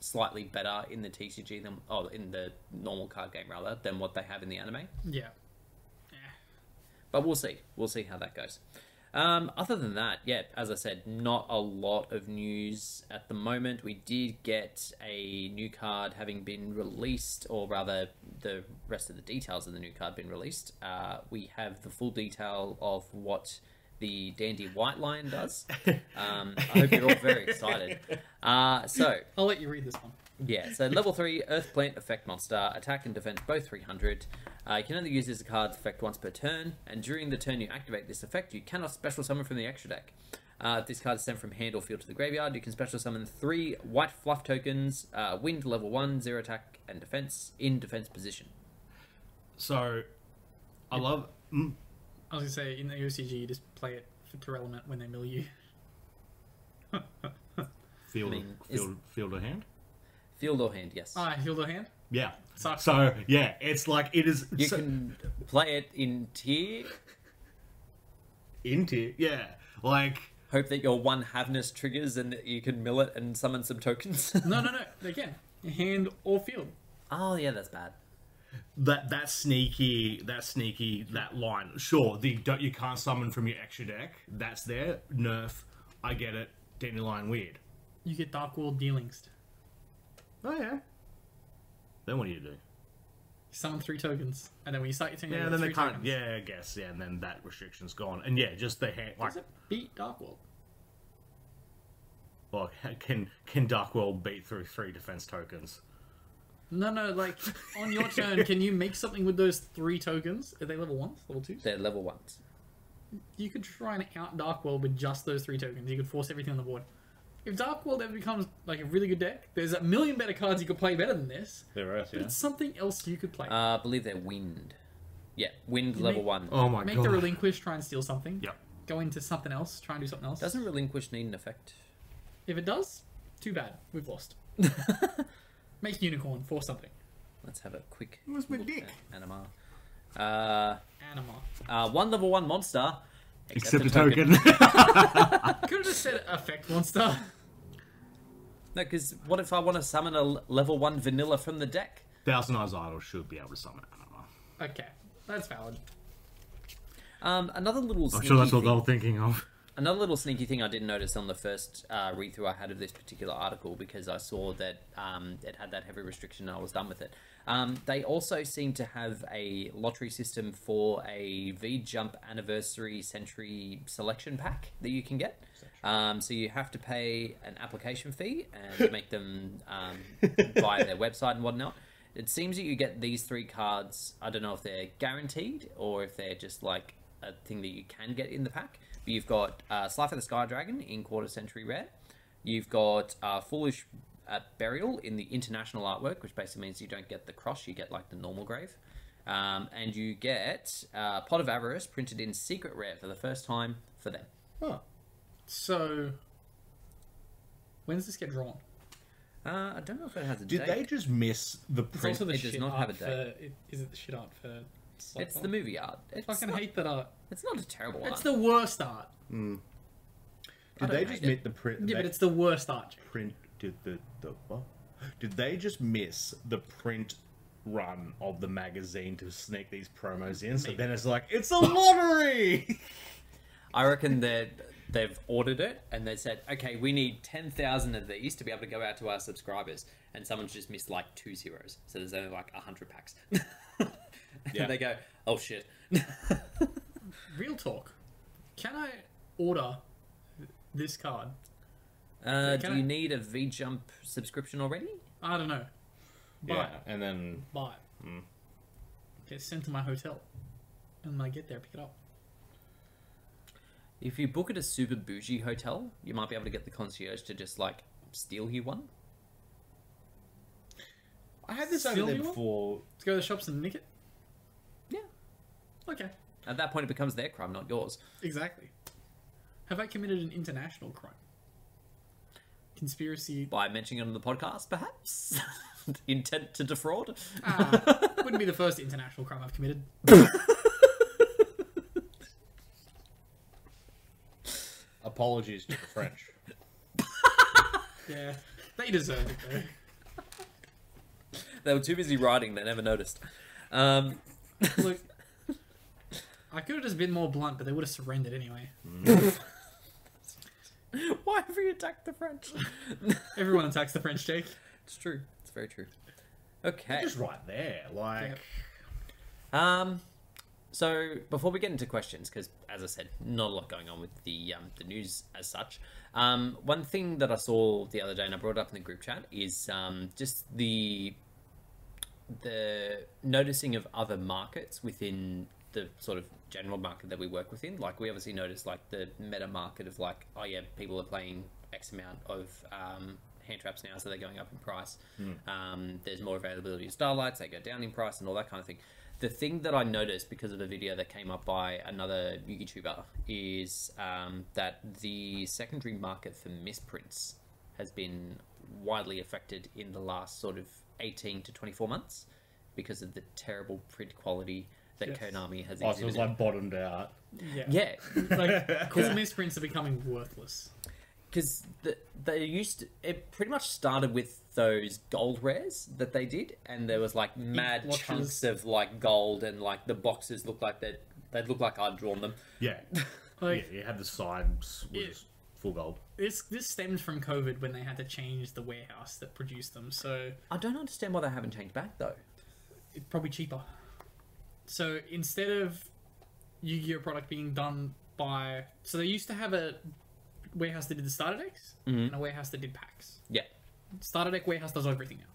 Speaker 1: slightly better in the TCG than, oh, in the normal card game rather than what they have in the anime.
Speaker 3: Yeah.
Speaker 1: But we'll see. We'll see how that goes. Um, other than that, yeah, as I said, not a lot of news at the moment. We did get a new card having been released, or rather, the rest of the details of the new card been released. Uh, we have the full detail of what the Dandy White Lion does. Um, I hope you're all very excited. Uh, so,
Speaker 3: I'll let you read this one.
Speaker 1: yeah, so level 3, Earth Plant Effect Monster, attack and defense both 300. Uh, you can only use this card's effect once per turn, and during the turn you activate this effect, you cannot special summon from the extra deck. Uh, if this card is sent from hand or field to the graveyard, you can special summon three white fluff tokens, uh, wind level 1, 0 attack and defense, in defense position.
Speaker 2: So, I love. Mm,
Speaker 3: I was gonna say in the OCG, you just play it for to element when they mill you.
Speaker 2: field,
Speaker 1: mean, is-
Speaker 2: field, field of hand.
Speaker 1: Field or hand, yes.
Speaker 3: Ah, healed her hand.
Speaker 2: Yeah.
Speaker 3: Sucks.
Speaker 2: So yeah, it's like it is.
Speaker 1: you
Speaker 2: so-
Speaker 1: can play it in tier,
Speaker 2: into yeah, like
Speaker 1: hope that your one haveness triggers and that you can mill it and summon some tokens.
Speaker 3: No, no, no. They can hand or field.
Speaker 1: oh, yeah, that's bad.
Speaker 2: that that sneaky that sneaky that line sure the don't you can't summon from your extra deck that's there nerf i get it dandelion weird
Speaker 3: You get Dark World dealings.
Speaker 2: oh yeah then what do you do
Speaker 3: Summon three tokens, and then when you start your turn, you
Speaker 2: yeah
Speaker 3: get
Speaker 2: then they
Speaker 3: three
Speaker 2: can't
Speaker 3: tokens.
Speaker 2: yeah i guess yeah and then that restriction's gone and yeah just the hand like
Speaker 3: Does it beat Dark World?
Speaker 2: well, can can darkwell beat through three defense tokens
Speaker 3: No, no. Like on your turn, can you make something with those three tokens? Are they level ones, level twos?
Speaker 1: They're level 1s.
Speaker 3: You could try and out Dark World with just those three tokens. You could force everything on the board. If Dark World ever becomes like a really good deck, there's a million better cards you could play better than this.
Speaker 4: There is, yeah.
Speaker 3: It's something else you could play.
Speaker 2: Ah,
Speaker 1: Uh, I believe they're wind. Yeah, wind
Speaker 3: You
Speaker 1: level
Speaker 3: make-
Speaker 1: one.
Speaker 2: oh my
Speaker 3: Make
Speaker 2: god
Speaker 3: the relinquish, try and steal something.
Speaker 2: yep
Speaker 3: Go into something else, try and do something else.
Speaker 1: Doesn't relinquish need an effect?
Speaker 3: If it does, too bad. We've lost. Make unicorn for something.
Speaker 1: Let's have a quick
Speaker 2: Where's my
Speaker 1: look
Speaker 2: dick?
Speaker 1: at Anima. Uh,
Speaker 3: Anima.
Speaker 1: uh, one level one monster.
Speaker 2: except a token,
Speaker 3: Could have just said effect monster.
Speaker 1: No, because what if I want to summon a l- level one vanilla from the deck?
Speaker 2: thousand eyes idol should be able to summon anima
Speaker 3: Okay, that's valid.
Speaker 1: Um, another little.
Speaker 2: i'm sure that's
Speaker 1: sneaky thing-
Speaker 2: what they were thinking of
Speaker 1: Another little sneaky thing I didn't notice on the first uh, read through I had of this particular article because I saw that um, it had that heavy restriction and I was done with it. Um, they also seem to have a lottery system for a V Jump Anniversary Century selection pack that you can get. Um, so you have to pay an application fee and make them um, via their website and whatnot. It seems that you get these three cards. I don't know if they're guaranteed or if they're just like a thing that you can get in the pack. But you've got uh, Slife of the Sky Dragon in Quarter Century Rare. You've got uh, Foolish uh, Burial in the International Artwork, which basically means you don't get the cross, you get like the normal grave. Um, and you get uh, Pot of Avarice printed in Secret Rare for the first time for them.
Speaker 4: Huh.
Speaker 3: So, when does this get drawn?
Speaker 1: Uh, I don't know if it has a
Speaker 4: Did
Speaker 1: date.
Speaker 4: they just miss the
Speaker 3: It's
Speaker 4: print?
Speaker 3: also the
Speaker 1: it does
Speaker 3: shit
Speaker 1: not have
Speaker 3: art
Speaker 1: a date.
Speaker 3: for. It, is it the shit art for?
Speaker 1: It's the movie art. It's
Speaker 3: Fucking
Speaker 1: not,
Speaker 3: hate that art.
Speaker 1: It's not a terrible art.
Speaker 3: It's the worst art.
Speaker 1: I
Speaker 4: Did
Speaker 1: don't
Speaker 4: they
Speaker 1: hate
Speaker 4: just
Speaker 1: it.
Speaker 4: miss the print?
Speaker 3: Yeah,
Speaker 4: they
Speaker 3: but it's the worst art. Jake.
Speaker 4: print. Did the the what? Did they just miss the print run of the magazine to sneak these promos in. So then it's like it's a lottery.
Speaker 1: I reckon that they've ordered it and they said, okay, we need 10,000 of these to be able to go out to our subscribers. And someone's just missed like two zeros. So there's only like 100 packs.
Speaker 4: Yeah.
Speaker 1: And they go, oh shit.
Speaker 3: Real talk. Can I order this card?
Speaker 1: Uh,
Speaker 3: Can
Speaker 1: do
Speaker 3: I-
Speaker 1: you need a V Jump subscription already?
Speaker 3: I don't know. Buy
Speaker 4: yeah,
Speaker 3: it.
Speaker 4: and then
Speaker 3: Buy it. Get sent to my hotel. And when I get there, pick it up.
Speaker 1: If you book at a super bougie hotel, you might be able to get the concierge to just like steal you one.
Speaker 4: I had this
Speaker 3: Still
Speaker 4: over there
Speaker 3: you want?
Speaker 4: before.
Speaker 3: Let's go to the shops and nick it.
Speaker 1: Yeah.
Speaker 3: Okay.
Speaker 1: At that point, it becomes their crime, not yours.
Speaker 3: Exactly. Have I committed an international crime? Conspiracy
Speaker 1: By mentioning it on the podcast, perhaps? Intent to defraud?
Speaker 3: Ah, wouldn't be the first international crime I've committed.
Speaker 4: Apologies to the French.
Speaker 3: Yeah, they deserve it though.
Speaker 1: They were too busy writing, they never noticed. Um,
Speaker 3: Look, I could have just been more blunt, but they would have surrendered anyway.
Speaker 1: Why have we attacked the French?
Speaker 3: Everyone attacks the French, Jake.
Speaker 1: it's true. It's very true. Okay.
Speaker 4: Just right there, like
Speaker 3: Yep.
Speaker 1: Um, so before we get into questions, because as I said, not a lot going on with the um, the news as such. Um, one thing that I saw the other day, and I brought it up in the group chat, is um, just the the noticing of other markets within the sort of general market that we work within. Like we obviously noticed like the meta market of like, oh yeah, people are playing X amount of um, hand traps now, so they're going up in price. Um, there's more availability of starlights, they go down in price and all that kind of thing. The thing that I noticed because of a video that came up by another YouTuber is um, that the secondary market for misprints has been widely affected in the last sort of 18 to 24 months because of the terrible print quality that
Speaker 3: Yes.
Speaker 1: Konami has
Speaker 4: oh, so it
Speaker 1: exhibited.
Speaker 4: was like bottomed out.
Speaker 3: Yeah.
Speaker 1: yeah,
Speaker 3: Like, cool misprints are becoming worthless.
Speaker 1: because the, they used to, it pretty much started with those gold rares that they did, and there was like mad
Speaker 3: blotches.
Speaker 1: chunks of like gold, and like the boxes looked like they they'd look like I'd drawn them.
Speaker 4: Yeah, yeah.
Speaker 3: Like
Speaker 4: You had the sides
Speaker 3: Yeah.
Speaker 4: was full gold.
Speaker 3: this, this stemmed from COVID when they had to change the warehouse that produced them. So
Speaker 1: I don't understand why they haven't changed back though.
Speaker 3: it's probably cheaper. So instead of Yu-Gi-Oh product being done by, so they used to have a warehouse that did the starter decks
Speaker 1: Mm-hmm.
Speaker 3: and a warehouse that did packs.
Speaker 1: Yeah,
Speaker 3: Starter deck warehouse does everything now.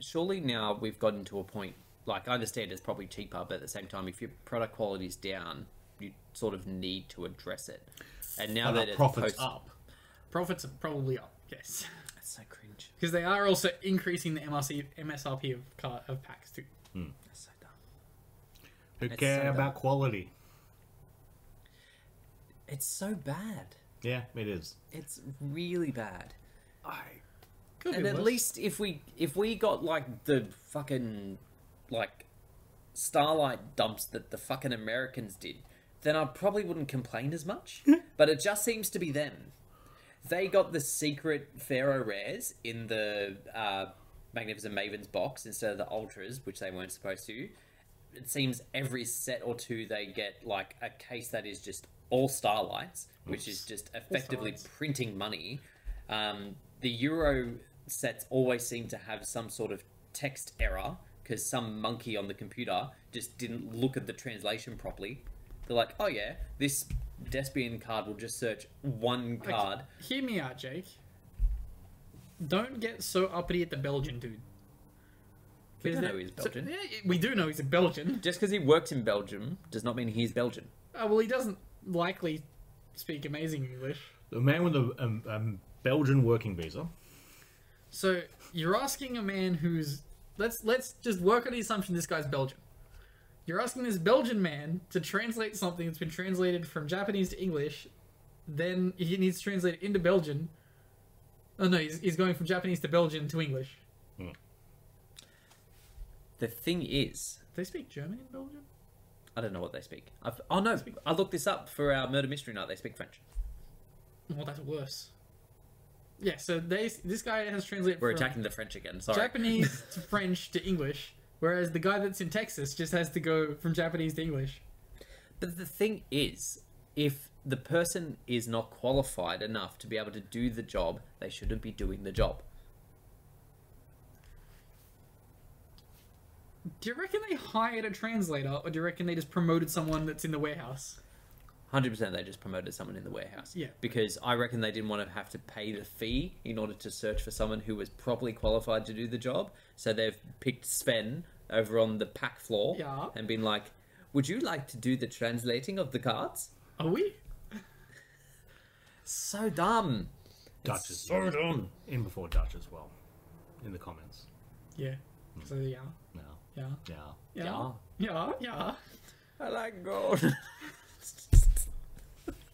Speaker 1: surely now we've gotten to a point. Like I understand it's probably cheaper, but at the same time, if your product quality is down, you sort of need to address it. And
Speaker 4: But
Speaker 1: now that
Speaker 4: our
Speaker 1: it's
Speaker 4: profits
Speaker 1: post-
Speaker 4: up.
Speaker 3: Profits are probably up, yes,
Speaker 1: That's so cringe.
Speaker 3: because they are also increasing the MRC MSRP of car of packs too.
Speaker 1: That's so dumb.
Speaker 2: Who
Speaker 1: It's
Speaker 2: care
Speaker 1: so
Speaker 2: about quality?
Speaker 1: It's so bad.
Speaker 2: Yeah, it is.
Speaker 1: It's really bad.
Speaker 2: I
Speaker 3: Could
Speaker 1: and
Speaker 3: be
Speaker 1: at
Speaker 3: worse.
Speaker 1: least if we if we got like the fucking like starlight dumps that the fucking americans did then i probably wouldn't complain as much
Speaker 3: Hmm.
Speaker 1: but it just seems to be them they got the secret pharaoh rares in the uh, magnificent mavens box instead of the ultras which they weren't supposed to it seems every set or two they get like a case that is just all starlights which is just effectively
Speaker 3: Starlights.
Speaker 1: printing money um, the euro sets always seem to have some sort of text error because some monkey on the computer just didn't look at the translation properly they're like oh yeah this despian card will just search one
Speaker 3: Okay,
Speaker 1: card
Speaker 3: Hear me out, Jake. Don't get so uppity at the Belgian dude.
Speaker 1: We
Speaker 3: Is
Speaker 1: don't
Speaker 3: that-
Speaker 1: know he's
Speaker 3: so-
Speaker 1: Belgian.
Speaker 3: yeah, we do know he's a Belgian.
Speaker 1: just because he works in belgium does not mean he's belgian
Speaker 3: Uh, well, he doesn't likely speak amazing English.
Speaker 2: the man with a um, um, Belgian working visa.
Speaker 3: So you're asking a man who's let's let's just work on the assumption this guy's Belgian. You're asking this Belgian man to translate something that's been translated from Japanese to English, then he needs to translate it into Belgian. Oh no, he's, he's going from Japanese to Belgian to English.
Speaker 1: the thing is
Speaker 3: Do they speak German in Belgium?
Speaker 1: i don't know what they speak I've, oh no i looked this up for our murder mystery night they speak french
Speaker 3: Well, that's worse. yeah, so they this guy has translated
Speaker 1: We're
Speaker 3: from
Speaker 1: attacking the French again. Sorry.
Speaker 3: Japanese to French to English, whereas the guy that's in Texas just has to go from Japanese to English.
Speaker 1: But the thing is, if the person is not qualified enough to be able to do the job, they shouldn't be doing the job.
Speaker 3: Do you reckon they hired a translator, or do you reckon they just promoted someone that's in the warehouse?
Speaker 1: Hundred percent, they just promoted someone in the warehouse.
Speaker 3: Yeah.
Speaker 1: Because I reckon they didn't want to have to pay the fee in order to search for someone who was properly qualified to do the job. So they've picked Sven over on the pack floor
Speaker 3: Yeah.
Speaker 1: and been like, "Would you like to do the translating of the cards?"
Speaker 3: Are we?
Speaker 1: So dumb.
Speaker 2: Dutch is
Speaker 1: dumb.
Speaker 2: in before Dutch as well, in the comments.
Speaker 3: Yeah. So yeah,
Speaker 2: No,
Speaker 3: yeah,
Speaker 2: yeah.
Speaker 3: yeah,
Speaker 1: Oh.
Speaker 3: yeah, yeah.
Speaker 1: I like gold.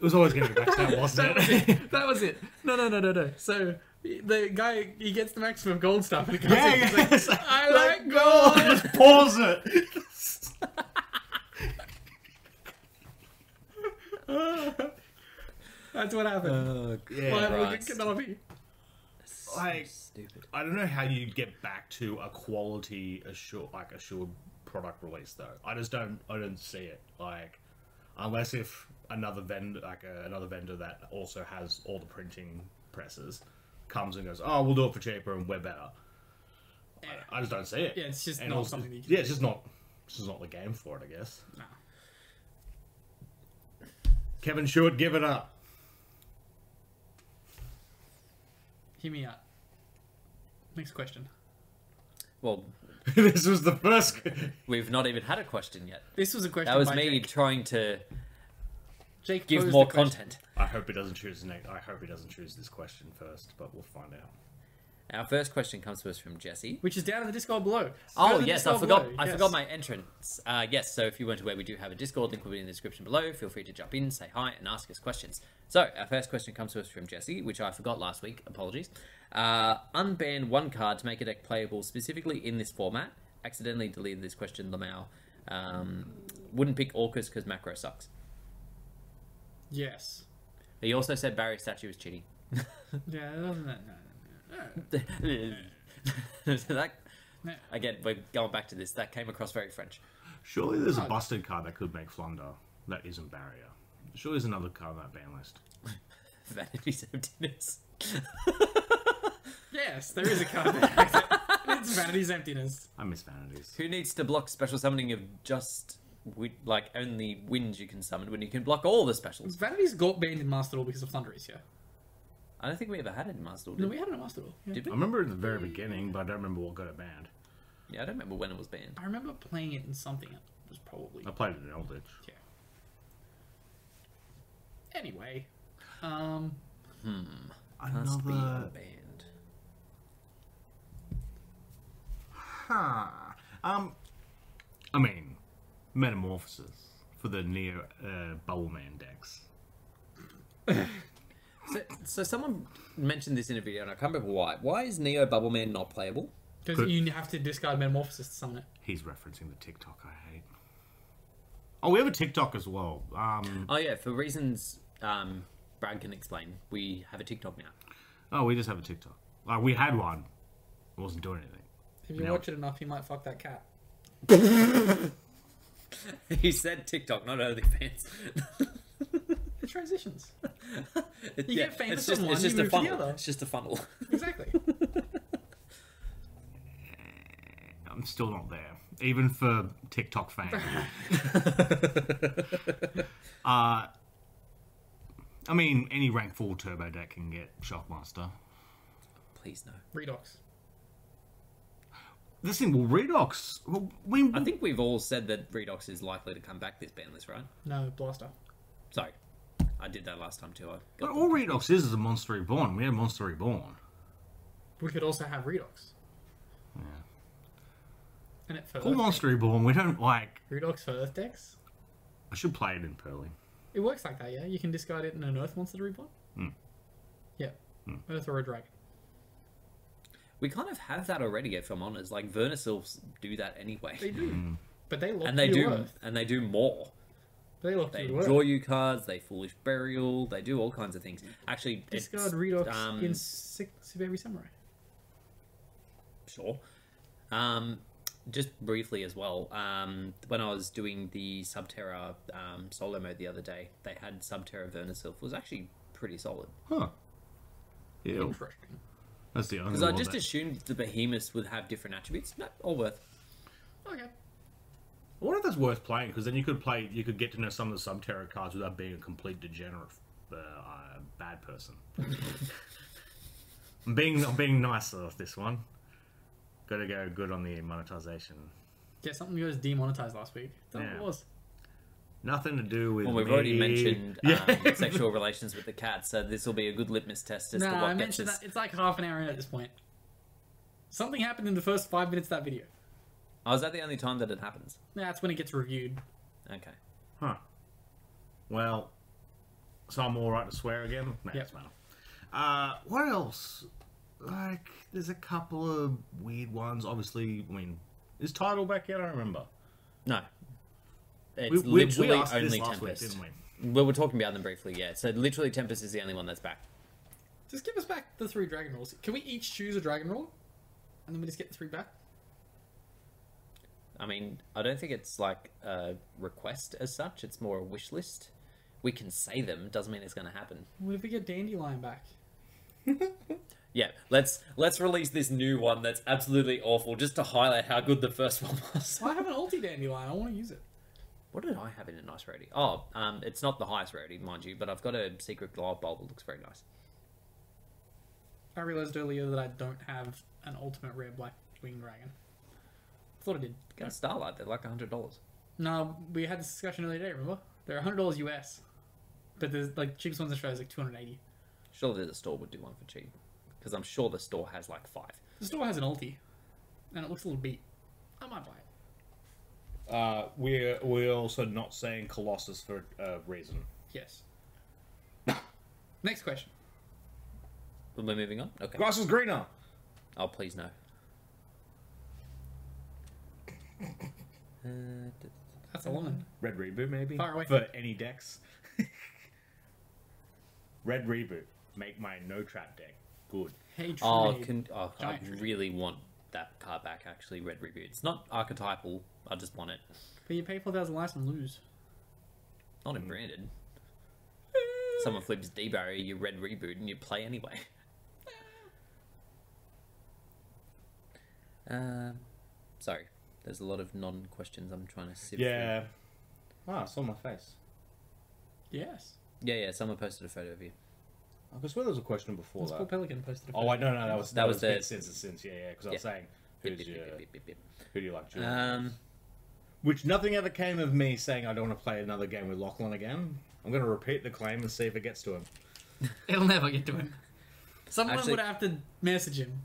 Speaker 2: It was always going to be Dutch, that, wasn't it?
Speaker 3: That was it. No, no, no, no, no. So the guy he gets the maximum gold stuff, and it goes
Speaker 2: yeah,
Speaker 3: in, he's
Speaker 2: yeah.
Speaker 3: like,
Speaker 2: it's like,
Speaker 3: I like gold.
Speaker 2: Just pause it.
Speaker 3: That's what happened.
Speaker 2: Uh, Yeah.
Speaker 3: Well, look at
Speaker 1: Christ.
Speaker 3: Kenobi.
Speaker 2: Like-
Speaker 1: stupid.
Speaker 2: I don't know how you get back to a quality assured, like assured product release though. I just don't, I don't see it. Like, unless if another vendor, like uh, another vendor that also has all the printing presses, comes and goes, oh, we'll do it for cheaper and we're better. I, I just don't see it.
Speaker 3: Yeah, it's just
Speaker 2: And
Speaker 3: not
Speaker 2: also-
Speaker 3: something that you can
Speaker 2: Yeah, it's just not. This is not the game for it, I guess.
Speaker 3: Nah.
Speaker 2: Kevin Stewart, give it up.
Speaker 3: Hear me out. Next question.
Speaker 1: Well,
Speaker 2: this was the first.
Speaker 1: we've not even had a question yet.
Speaker 3: This was a question.
Speaker 1: That was
Speaker 3: by
Speaker 1: me
Speaker 3: Jake.
Speaker 1: trying to
Speaker 3: Jake
Speaker 1: give
Speaker 3: posed
Speaker 1: more
Speaker 3: the question.
Speaker 1: content.
Speaker 2: I hope he doesn't choose. Nate. I hope he doesn't choose this question first, but we'll find out.
Speaker 1: Our first question comes to us from Jesse.
Speaker 3: which is down in the Discord below. Go
Speaker 1: Oh
Speaker 3: to the
Speaker 1: yes, I
Speaker 3: Discord
Speaker 1: forgot.
Speaker 3: below,
Speaker 1: I
Speaker 3: yes.
Speaker 1: forgot my entrance. Uh, yes, so if you weren't aware, we do have a Discord link will be in the description below. Feel free to jump in, say hi, and ask us questions. So our first question comes to us from Jesse, which I forgot last week. Apologies. Uh, unban one card to make a deck playable specifically in this format. Accidentally deleted this question, Lamau. Um, wouldn't pick Orcus because macro sucks.
Speaker 3: Yes.
Speaker 1: He also said Barry Statue was cheating.
Speaker 3: Yeah, that wasn't that. No, no, no.
Speaker 1: that,
Speaker 3: No.
Speaker 1: again, we're going back to this. That came across very French.
Speaker 2: Surely there's a
Speaker 3: Oh.
Speaker 2: busted card that could make Flunder that isn't barrier. Surely there's another card on that ban list.
Speaker 1: Vanity's emptiness.
Speaker 3: Yes, there is a card. there. it's vanity's emptiness.
Speaker 2: I miss vanities.
Speaker 1: Who needs to block special summoning of just wi- like only winds you can summon when you can block all the specials?
Speaker 3: Vanity's got banned in Master Duel because of Thunder Ace, yeah.
Speaker 1: I don't think we ever had it in Master. Duel,
Speaker 3: No,
Speaker 1: did
Speaker 3: we had it in Master Duel. Yeah.
Speaker 1: Did we?
Speaker 2: I remember at the very beginning, but I don't remember what got it banned.
Speaker 1: we? Yeah, I don't remember when it was banned.
Speaker 3: I remember playing it in something. It was probably.
Speaker 2: I played it in Eldritch.
Speaker 3: Yeah. Anyway, um,
Speaker 1: Must be
Speaker 2: Another.
Speaker 1: unbanned.
Speaker 2: Huh. Um, I mean, Metamorphosis for the Neo uh, Bubble Man decks.
Speaker 1: So, so someone mentioned this in a video, and I can't remember why. Why is Neo Bubbleman not playable?
Speaker 3: because
Speaker 2: Good.
Speaker 3: you have to discard Metamorphosis to summon it.
Speaker 2: He's referencing the TikTok I hate. Oh, we have a TikTok as well. Um,
Speaker 1: Oh yeah, for reasons um, Brad can explain. We have a TikTok now.
Speaker 2: oh, we just have a TikTok. Like, we had one. It wasn't doing anything.
Speaker 3: If you
Speaker 2: No.
Speaker 3: watch it enough, you might fuck that cat.
Speaker 1: he said TikTok, not OnlyFans.
Speaker 3: It transitions.
Speaker 1: It-
Speaker 3: You get famous
Speaker 1: it's just,
Speaker 3: on one,
Speaker 1: it's
Speaker 3: you
Speaker 1: just a
Speaker 3: move to the
Speaker 1: funnel.
Speaker 3: other.
Speaker 1: It's just a funnel.
Speaker 3: Exactly.
Speaker 2: I'm still not there, even for TikTok fame. uh, I mean, any rank four turbo deck can get Shockmaster.
Speaker 1: Please no.
Speaker 3: Redox.
Speaker 2: This thing will redox. Well, we,
Speaker 1: I think we've all said that Redox is likely to come back this ban list, right?
Speaker 3: No, Blaster.
Speaker 1: Sorry, I did that last time too. I
Speaker 2: but
Speaker 1: got
Speaker 2: all redox is is a monster reborn. We have monster reborn.
Speaker 3: We could also have Redox.
Speaker 2: Yeah.
Speaker 3: And it for
Speaker 2: All monster reborn. We don't like.
Speaker 3: Redox for Earth decks.
Speaker 2: I should play it in Pearly.
Speaker 3: It works like that, yeah. You can discard it and an Earth monster to reborn. Yeah, Earth or a dragon.
Speaker 1: we kind of have that already, if I'm honest. Like Vernasilfs do that anyway,
Speaker 3: They do, but they lock
Speaker 1: and they
Speaker 3: your
Speaker 1: do,
Speaker 3: Earth.
Speaker 1: and they do more.
Speaker 3: They look
Speaker 1: They
Speaker 3: good work.
Speaker 1: draw you cards. They foolish burial. They do all kinds of things. Actually, it's,
Speaker 3: Discard Redox
Speaker 1: um,
Speaker 3: in Six of Every Samurai.
Speaker 1: sure. Um, just briefly as well, um, when I was doing the Subterra um, solo mode the other day, they had Subterra Vernasilf. It was actually pretty solid.
Speaker 2: Huh. Yeah.
Speaker 4: Interesting.
Speaker 2: That's the only
Speaker 1: Because I
Speaker 2: one
Speaker 1: just
Speaker 2: that-
Speaker 1: assumed the behemoths would have different attributes. No, all worth.
Speaker 3: Okay.
Speaker 4: I wonder if that's worth playing.
Speaker 2: playing because then you could play you could get to know some of the subterra cards without being a complete degenerate uh, uh, bad person i'm being i'm being nice with this one gotta go good on the monetization
Speaker 3: Yeah, something goes demonetized last week. That
Speaker 2: Yeah.
Speaker 3: was.
Speaker 2: nothing to do with
Speaker 1: Well, we've
Speaker 2: me.
Speaker 1: already mentioned um,
Speaker 2: yeah.
Speaker 1: sexual relations with the cat, so this will be a good litmus test as
Speaker 3: No,
Speaker 1: to
Speaker 3: I
Speaker 1: what gets
Speaker 3: mentioned
Speaker 1: us.
Speaker 3: that. It's like half an hour in at this point. Something happened in the first five minutes of that video.
Speaker 1: Oh, is that the only time that it happens?
Speaker 3: That's when it gets reviewed.
Speaker 1: Okay.
Speaker 2: huh well so i'm all right to swear again no,
Speaker 3: Yep.
Speaker 2: it's matter. uh what else like there's a couple of weird ones obviously i mean
Speaker 4: Is title back yet? I don't remember.
Speaker 1: No. It's
Speaker 2: we, we, we
Speaker 1: literally
Speaker 2: asked this
Speaker 1: only
Speaker 2: last week
Speaker 1: Tempest.
Speaker 2: didn't we
Speaker 1: Well, we're talking about them briefly, yeah. So literally, Tempest is the only one that's back.
Speaker 3: Just give us back the three dragon rules. Can we each choose a dragon rule? And then we just get the three back?
Speaker 1: I mean, I don't think it's like a request as such. It's more a wish list. We can say them. Doesn't mean it's going to happen.
Speaker 3: What if we get Dandelion back?
Speaker 1: Yeah, let's let's release this new one that's absolutely awful, just to highlight how good the first one was.
Speaker 3: I have an ulti Dandelion. I want to use it.
Speaker 1: What did I have in a nice rarity? Oh, um, it's not the highest rarity, mind you, but I've got a secret glow up bulb that looks very nice.
Speaker 3: I realized earlier that I don't have an ultimate rare black winged dragon. Thought I did.
Speaker 1: Get a starlight. They're like hundred dollars.
Speaker 3: No, we had this discussion earlier today, remember? They're $100 US. But there's like cheapest ones in Australia is like 280
Speaker 1: Surely the store would do one for cheap, because I'm sure the store has like five.
Speaker 3: The store has an ulti, and it looks a little beat. I might buy it.
Speaker 4: Uh, we're we're also not saying Colossus for a reason.
Speaker 3: Yes. Next question.
Speaker 1: But we're moving on. Okay.
Speaker 4: Grass is greener.
Speaker 1: Oh, please no. Uh, d-
Speaker 3: That's a woman.
Speaker 4: Red reboot maybe
Speaker 3: Far away.
Speaker 4: for any decks. Red reboot. Make my no trap deck good.
Speaker 3: Hey, Trade.
Speaker 1: oh, can, oh I
Speaker 3: Giant tree.
Speaker 1: really want that card back. Actually, red reboot. It's not archetypal. I just want it.
Speaker 3: But you pay 4000 less and lose.
Speaker 1: Not in branded. Someone flips D barrier, you red reboot, and you play anyway. Um, sorry. There's a lot of non questions I'm trying to sift
Speaker 4: Yeah. Ah, I saw my face.
Speaker 3: Yes.
Speaker 1: through. Yeah, yeah. Someone posted a photo of you.
Speaker 4: I swear there was a question before
Speaker 1: uh,
Speaker 3: That's Paul
Speaker 4: that.
Speaker 3: Pelican posted a
Speaker 4: Oh,
Speaker 3: photo.
Speaker 4: wait, no, no, that was
Speaker 1: That was the-
Speaker 4: been since since yeah, yeah. Because I was
Speaker 1: Yeah.
Speaker 4: saying
Speaker 1: Bip,
Speaker 4: who's
Speaker 1: bip,
Speaker 4: your,
Speaker 1: bip, bip, bip, bip.
Speaker 4: who do you like? Julian?
Speaker 1: Um,
Speaker 4: Which nothing ever came of me saying I don't want to play another game with Lachlan again. I'm going to repeat the claim and see if it gets to him.
Speaker 3: It'll never get to him. Someone
Speaker 1: Actually-
Speaker 3: would have to message him.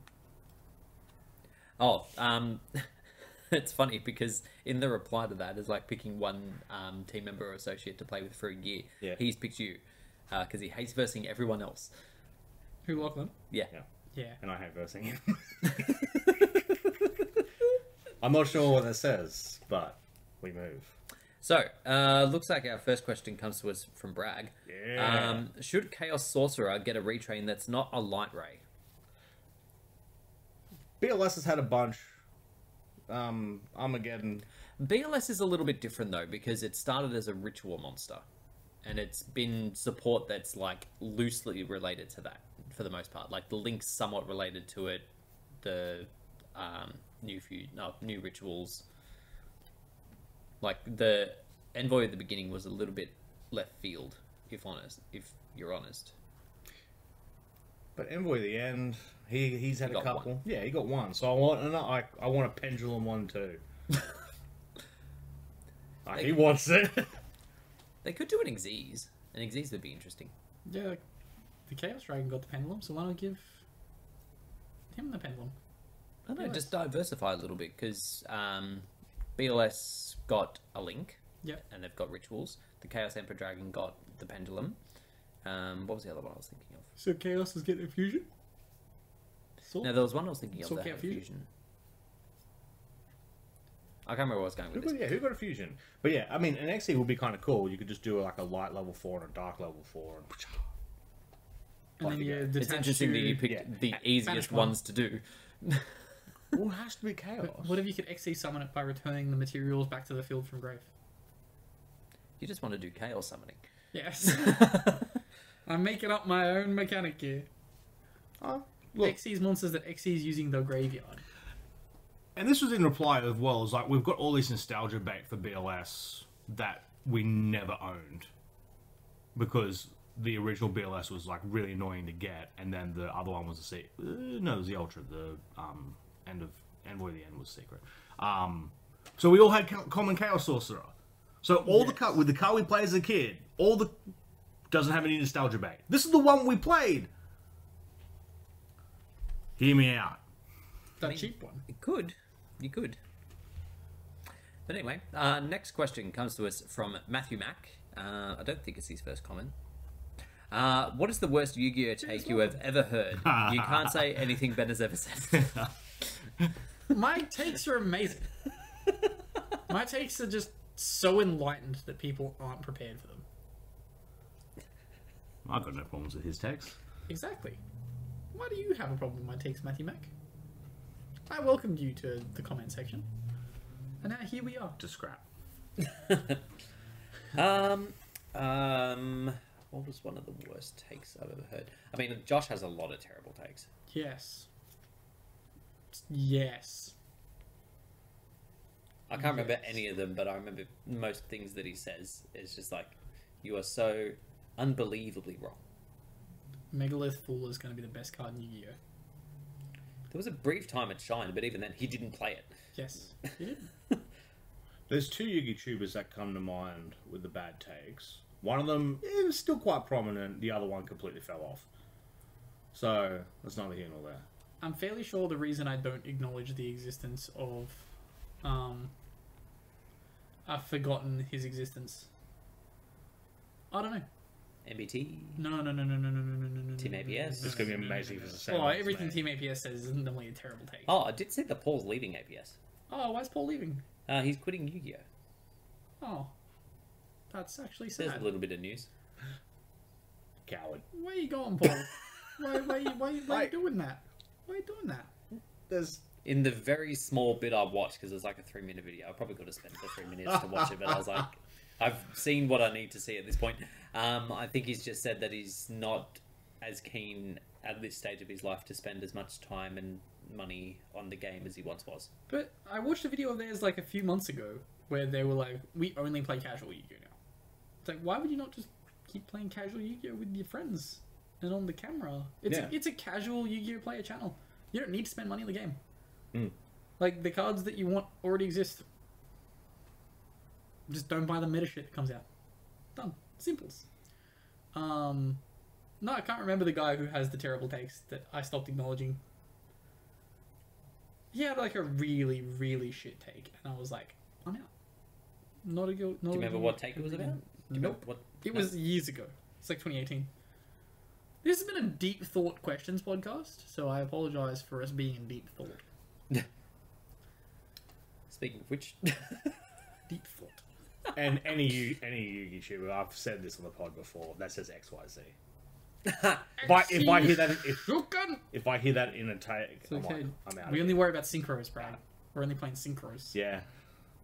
Speaker 1: Oh, um, it's funny because in the reply to that is like picking one um, team member or associate to play with for a year.
Speaker 4: Yeah.
Speaker 1: He's picked you because he hates versing everyone else.
Speaker 3: Who, Lachlan?
Speaker 1: Yeah.
Speaker 4: Yeah.
Speaker 3: Yeah.
Speaker 4: And I hate versing him. I'm not sure what that says, but we move.
Speaker 1: So, uh, looks like our first question comes to us from Bragg.
Speaker 4: Yeah.
Speaker 1: Um, should Chaos Sorcerer get a retrain that's not a light ray?
Speaker 4: BLS has had a bunch. Um, Armageddon.
Speaker 1: BLS is a little bit different though because it started as a ritual monster, and it's been support that's like loosely related to that for the most part. Like the links somewhat related to it, the um, new few no, new rituals. Like the envoy at the beginning was a little bit left field, if honest. If you're honest,
Speaker 4: But Envoy at the end, he he's had a
Speaker 1: He got
Speaker 4: couple.
Speaker 1: one.
Speaker 4: Yeah, he got one. So I want and I I want a pendulum one too. Ah, he wants it.
Speaker 1: they could do an Xyz. An Xyz would be interesting.
Speaker 3: Yeah, like, the Chaos Dragon got the pendulum, so why not give him the pendulum?
Speaker 1: I don't know,
Speaker 3: Oh, Nice.
Speaker 1: just diversify a little bit because um, BLS got a link.
Speaker 3: Yep.
Speaker 1: and they've got rituals. The Chaos Emperor Dragon got the pendulum. Um, what was the other one I was thinking of?
Speaker 3: So Chaos is getting a fusion? Sort
Speaker 1: No, there was one I was thinking of
Speaker 3: Soul
Speaker 1: that had
Speaker 3: Cat Fusion?
Speaker 1: fusion. I can't remember where I was going
Speaker 4: Who
Speaker 1: with
Speaker 4: got,
Speaker 1: this.
Speaker 4: yeah, who got a fusion? But yeah, I mean, an XE would be kind of cool. You could just do like a light level four and a dark level four. And
Speaker 3: And then you detach
Speaker 1: It's interesting that
Speaker 3: to-
Speaker 1: you picked
Speaker 4: yeah.
Speaker 1: the easiest
Speaker 3: one.
Speaker 1: ones to do.
Speaker 4: well, it has to be chaos.
Speaker 3: What if you could XE summon it by returning the materials back to the field from grave?
Speaker 1: You just want to do chaos summoning.
Speaker 3: Yes. I'm making up my own mechanic here.
Speaker 4: Oh, look,
Speaker 3: XE's monsters that XE is using their graveyard.
Speaker 2: And this was in reply as well. Is like we've got all this nostalgia back for BLS that we never owned because the original BLS was like really annoying to get, and then the other one was the secret. Uh, no, it was the Ultra. The um, end of Envoy of the End was secret. Um, so we all had co- common Chaos Sorcerer. So all the car with the car we played as a kid, all the doesn't have any nostalgia back. This is the one we played. Hear me out.
Speaker 3: That cheap one.
Speaker 1: It could. You could. But anyway, uh, next question comes to us from Matthew Mack. Uh, I don't think it's his first comment. Uh, what is the worst Yu Gi Oh take you have ever heard? you can't say anything Ben has ever said.
Speaker 3: My takes are amazing. My takes are just so enlightened that people aren't prepared for them.
Speaker 2: I've got no problems with his text.
Speaker 3: Exactly. Why do you have a problem with my takes, Matthew Mac? I welcomed you to the comment section. And now here we are.
Speaker 2: To scrap.
Speaker 1: um, um, what was one of the worst takes I've ever heard? I mean, Josh has a lot of terrible takes.
Speaker 3: Yes. Yes.
Speaker 1: I can't remember
Speaker 3: Yes.
Speaker 1: any of them, but I remember most things that he says. It's just like, you are so unbelievably wrong.
Speaker 3: Megalith Fool is going to be the best card in Yu Gi Oh!
Speaker 1: There was a brief time it shined, but even then, he didn't play it.
Speaker 3: Yes. You did.
Speaker 4: there's two Yugi tubers that come to mind with the bad takes. One of them is still quite prominent. The other one completely fell off. So that's neither here nor there.
Speaker 3: I'm fairly sure the reason I don't acknowledge the existence of. Um, I've forgotten his existence. I don't know.
Speaker 1: MBT.
Speaker 3: No, no, no, no, no, no, no, no, no, no.
Speaker 1: Team
Speaker 3: no, no,
Speaker 1: APS.
Speaker 3: no,
Speaker 4: It's gonna be
Speaker 3: no, no,
Speaker 4: amazing
Speaker 3: no,
Speaker 4: if it's the
Speaker 3: no.
Speaker 4: same
Speaker 3: Oh,
Speaker 4: one as
Speaker 3: everything
Speaker 4: me.
Speaker 3: Team APS says is normally a terrible take.
Speaker 1: Oh, I did see that Paul's leaving APS.
Speaker 3: Oh, why's Paul leaving?
Speaker 1: Uh, he's quitting Yu Gi Oh!
Speaker 3: Oh, that's actually
Speaker 1: There's
Speaker 3: sad.
Speaker 1: a little bit of news.
Speaker 4: Coward.
Speaker 3: Where are you going, Paul? why, why, why, why are you
Speaker 4: Like-
Speaker 3: doing that? Why are you doing that?
Speaker 4: There's
Speaker 1: In the very small bit I watched, because it's like a three minute video, I probably could have spent the three minutes to watch it, but I was like, I've seen what I need to see at this point. Um, I think he's just said that he's not as keen at this stage of his life to spend as much time and money on the game as he once was.
Speaker 3: But I watched a video of theirs like a few months ago where they were like, "We only play casual Yu-Gi-Oh now." It's like, why would you not just keep playing casual Yu-Gi-Oh with your friends and on the camera? It's
Speaker 4: Yeah.
Speaker 3: a, it's a casual Yu-Gi-Oh player channel. You don't need to spend money on the game. Like the cards that you want already exist. Just don't buy the meta shit that comes out. Done. Simples. Um, no, I can't remember the guy who has the terrible takes that I stopped acknowledging he had like a really, really shit take, and I was like, I'm out. Not a good. Not
Speaker 1: Do you
Speaker 3: a
Speaker 1: remember
Speaker 3: good-
Speaker 1: what take it was about? Do you remember
Speaker 3: Nope.
Speaker 1: What?
Speaker 3: It
Speaker 1: no.
Speaker 3: was years ago. It's like 2018. This has been a deep thought questions podcast, so I apologize for us being in deep thought.
Speaker 1: Speaking of which,
Speaker 3: Deep thought.
Speaker 4: and any Yu- any Yugi tuber. I've said this on the pod before. That says X Y Z. If I, if I hear that, if,
Speaker 3: Shogun!
Speaker 4: if I hear that in a take,
Speaker 3: It's
Speaker 4: I'm, like,
Speaker 3: okay.
Speaker 4: I'm out.
Speaker 3: we
Speaker 4: of
Speaker 3: only
Speaker 4: here.
Speaker 3: worry about synchros, Brad. We're only playing synchros.
Speaker 4: yeah,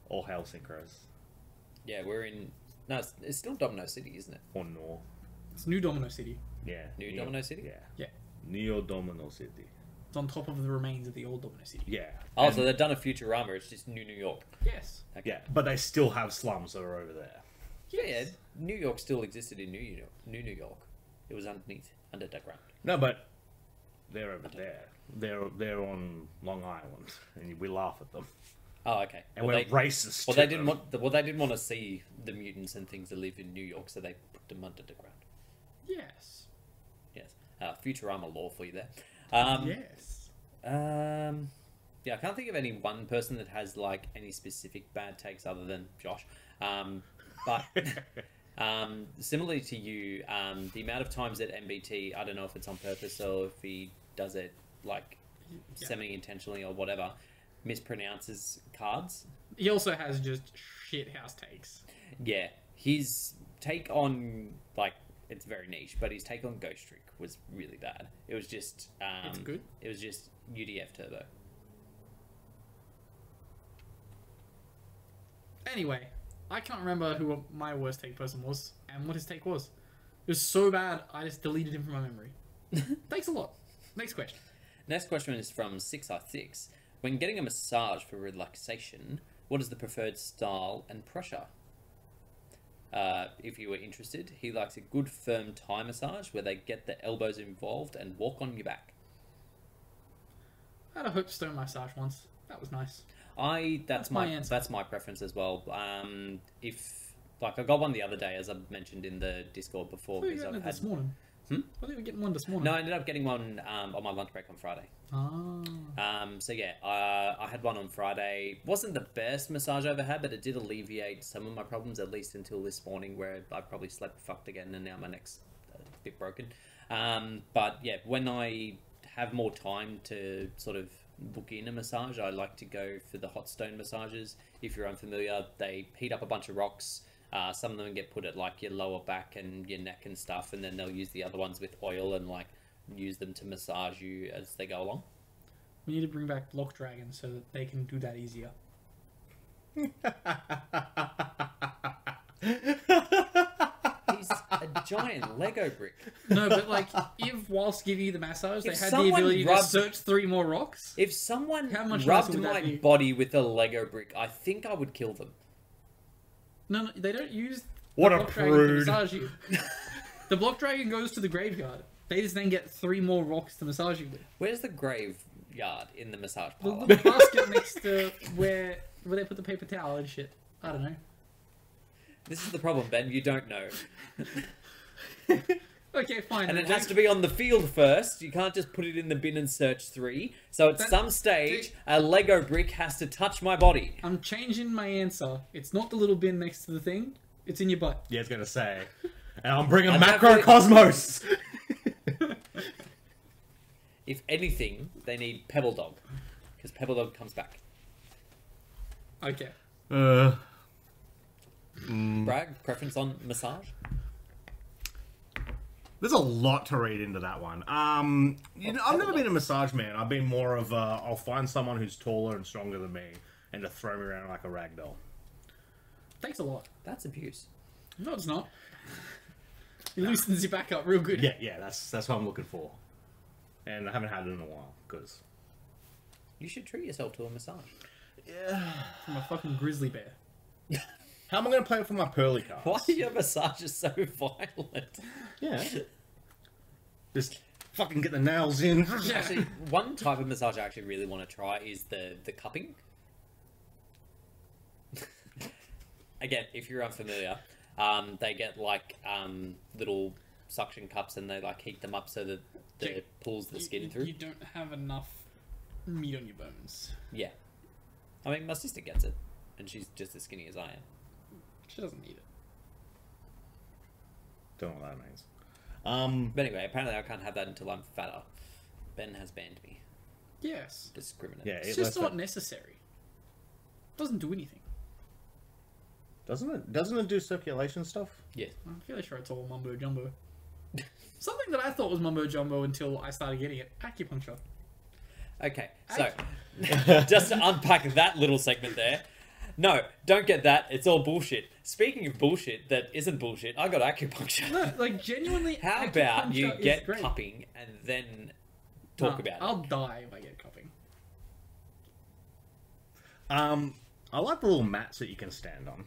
Speaker 4: all hail synchros
Speaker 1: yeah, we're in. No, it's, it's still Domino City, isn't it?
Speaker 4: or Nor.
Speaker 3: It's New Domino City.
Speaker 4: Yeah,
Speaker 1: New Domino City?
Speaker 4: Yeah,
Speaker 3: Yeah.
Speaker 4: Neo Domino City.
Speaker 3: It's on top of the remains of the old Domino City.
Speaker 4: Yeah.
Speaker 1: Oh,
Speaker 4: And-
Speaker 1: so they've done a Futurama. It's just New New York.
Speaker 3: Yes.
Speaker 1: Okay.
Speaker 4: yeah, but they still have slums that are over there.
Speaker 1: Yeah, yeah. New York still existed in New York. New New York. It was underneath, under the ground.
Speaker 4: No, but they're over there. They're they're on Long Island, and we laugh at them,
Speaker 1: Oh, okay.
Speaker 4: and
Speaker 1: well,
Speaker 4: we're
Speaker 1: they,
Speaker 4: racist.
Speaker 1: well,
Speaker 4: to
Speaker 1: they didn't
Speaker 4: them.
Speaker 1: want. The, well, they didn't want to see the mutants and things that live in New York, so they put them under the ground.
Speaker 3: Yes.
Speaker 1: Yes. Uh, Futurama law for you there. Um,
Speaker 3: yes.
Speaker 1: Um, yeah, I can't think of any one person that has like any specific bad takes other than Josh. Um, but um, similarly to you, um, the amount of times that MBT, I don't know if it's on purpose or if he does it like
Speaker 3: Yeah.
Speaker 1: semi intentionally or whatever, mispronounces cards.
Speaker 3: He also has just shit house takes.
Speaker 1: Yeah, his take on like it's very niche, but his take on Ghost Trick was really bad. It was just um,
Speaker 3: It's good.
Speaker 1: It was just UDF Turbo.
Speaker 3: Anyway, I can't remember who my worst take person was and what his take was. It was so bad, I just deleted him from my memory. Thanks a lot. Next question.
Speaker 1: Next question is from Six R Six. When getting a massage for relaxation, what is the preferred style and pressure? Uh, if you were interested, he likes a good firm Thai massage where they get the elbows involved and walk on your back.
Speaker 3: I had a hook stone massage once. That was nice.
Speaker 1: I that's,
Speaker 3: my
Speaker 1: my,
Speaker 3: answer.
Speaker 1: that's my preference as well. Um, if like I got one the other day, as I mentioned in the Discord before,
Speaker 3: I think we
Speaker 1: because
Speaker 3: were
Speaker 1: I've
Speaker 3: getting it
Speaker 1: had
Speaker 3: this morning.
Speaker 1: Hmm?
Speaker 3: I think we are getting one this morning.
Speaker 1: no, I ended up getting one um, on my lunch break on Friday.
Speaker 3: Ah.
Speaker 1: Um, so yeah, uh, I had one on Friday. wasn't the best massage I ever had, but it did alleviate some of my problems at least until this morning, where I probably slept fucked again, and now my neck's a bit broken. Um, but yeah, when I have more time to sort of book in a massage, I like to go for the hot stone massages. If you're unfamiliar, they heat up a bunch of rocks. Uh, some of them get put at like your lower back and your neck and stuff, and then they'll use the other ones with oil and like use them to massage you as they go along.
Speaker 3: We need to bring back Block Dragon so that they can do that easier.
Speaker 1: He's a giant Lego brick.
Speaker 3: No, but like, if whilst giving you the massage,
Speaker 1: If
Speaker 3: they had the
Speaker 1: someone
Speaker 3: ability
Speaker 1: rubbed-
Speaker 3: to search three more rocks.
Speaker 1: If someone
Speaker 3: How much nicer
Speaker 1: rubbed
Speaker 3: would that
Speaker 1: my
Speaker 3: be?
Speaker 1: body with a Lego brick, I think I would kill them.
Speaker 3: No, no, they don't use.
Speaker 4: What
Speaker 3: the
Speaker 4: a
Speaker 3: block dragon to
Speaker 4: prude.
Speaker 3: massage you. the block dragon goes to the graveyard. They just then get three more rocks to massage you with.
Speaker 1: Where's the graveyard in the massage
Speaker 3: The
Speaker 1: parlor?
Speaker 3: little basket next to where where they put the paper towel and shit. I don't know.
Speaker 1: this is the problem, Ben. You don't know,
Speaker 3: Okay, fine.
Speaker 1: and it has to be on the field first. You can't just put it in the bin and search three. So at
Speaker 3: That-
Speaker 1: some stage, a Lego brick has to touch my body.
Speaker 3: I'm changing my answer. It's not the little bin next to the thing. It's in your butt.
Speaker 4: Yeah, it's gonna say. And I'm bringing
Speaker 1: I'd have to-
Speaker 4: macrocosmos.
Speaker 1: If anything, they need Pebble Dog, because Pebble Dog comes back.
Speaker 3: Okay.
Speaker 2: Uh,
Speaker 1: Bragg preference on massage.
Speaker 2: there's a lot to read into that one. Um, you know, I've never been a
Speaker 4: massage man. I've been more of a. I'll find someone who's taller and stronger than me, and to throw me around like a rag doll.
Speaker 3: Thanks a lot.
Speaker 1: That's abuse.
Speaker 3: No, it's not. It loosens your back up real good.
Speaker 4: Yeah, yeah. That's that's what I'm looking for. And I haven't had it in a while because
Speaker 1: You should treat yourself to a massage.
Speaker 3: From a fucking grizzly bear.
Speaker 4: how am I gonna play it for my pearly cards?
Speaker 1: Why are your massages so violent?
Speaker 4: Yeah. Just fucking get the nails in.
Speaker 3: Yeah.
Speaker 1: Actually, one type of massage I actually really want to try is the the cupping. Again, if you're unfamiliar, um, they get like um, little suction cups and they like heat them up so that the,
Speaker 3: Okay.
Speaker 1: it pulls the skin through.
Speaker 3: You don't have enough meat on your bones.
Speaker 1: Yeah, I mean my sister gets it, and she's just as skinny as I am.
Speaker 3: She doesn't need it.
Speaker 4: Don't know what that means. Um,
Speaker 1: But anyway, apparently I can't have that until I'm fatter. Ben has banned me.
Speaker 3: Yes.
Speaker 1: Discriminate.
Speaker 4: yeah,
Speaker 3: It's
Speaker 4: it
Speaker 3: just
Speaker 4: left
Speaker 3: not
Speaker 4: it-
Speaker 3: necessary. Doesn't do anything.
Speaker 4: doesn't it? Doesn't it do circulation stuff?
Speaker 1: Yeah.
Speaker 3: I'm fairly sure it's all mumbo jumbo. Something that I thought was mumbo jumbo until I started getting it. Acupuncture.
Speaker 1: Okay, so just to unpack that little segment there. No, don't get that. It's all bullshit. Speaking of bullshit that isn't bullshit, I got acupuncture.
Speaker 3: No, like genuinely.
Speaker 1: How about you
Speaker 3: acupuncture is
Speaker 1: get
Speaker 3: great.
Speaker 1: cupping and then talk
Speaker 3: Nah,
Speaker 1: about
Speaker 3: I'll
Speaker 1: it?
Speaker 3: die if I get cupping.
Speaker 4: Um, I like the little mats that you can stand on.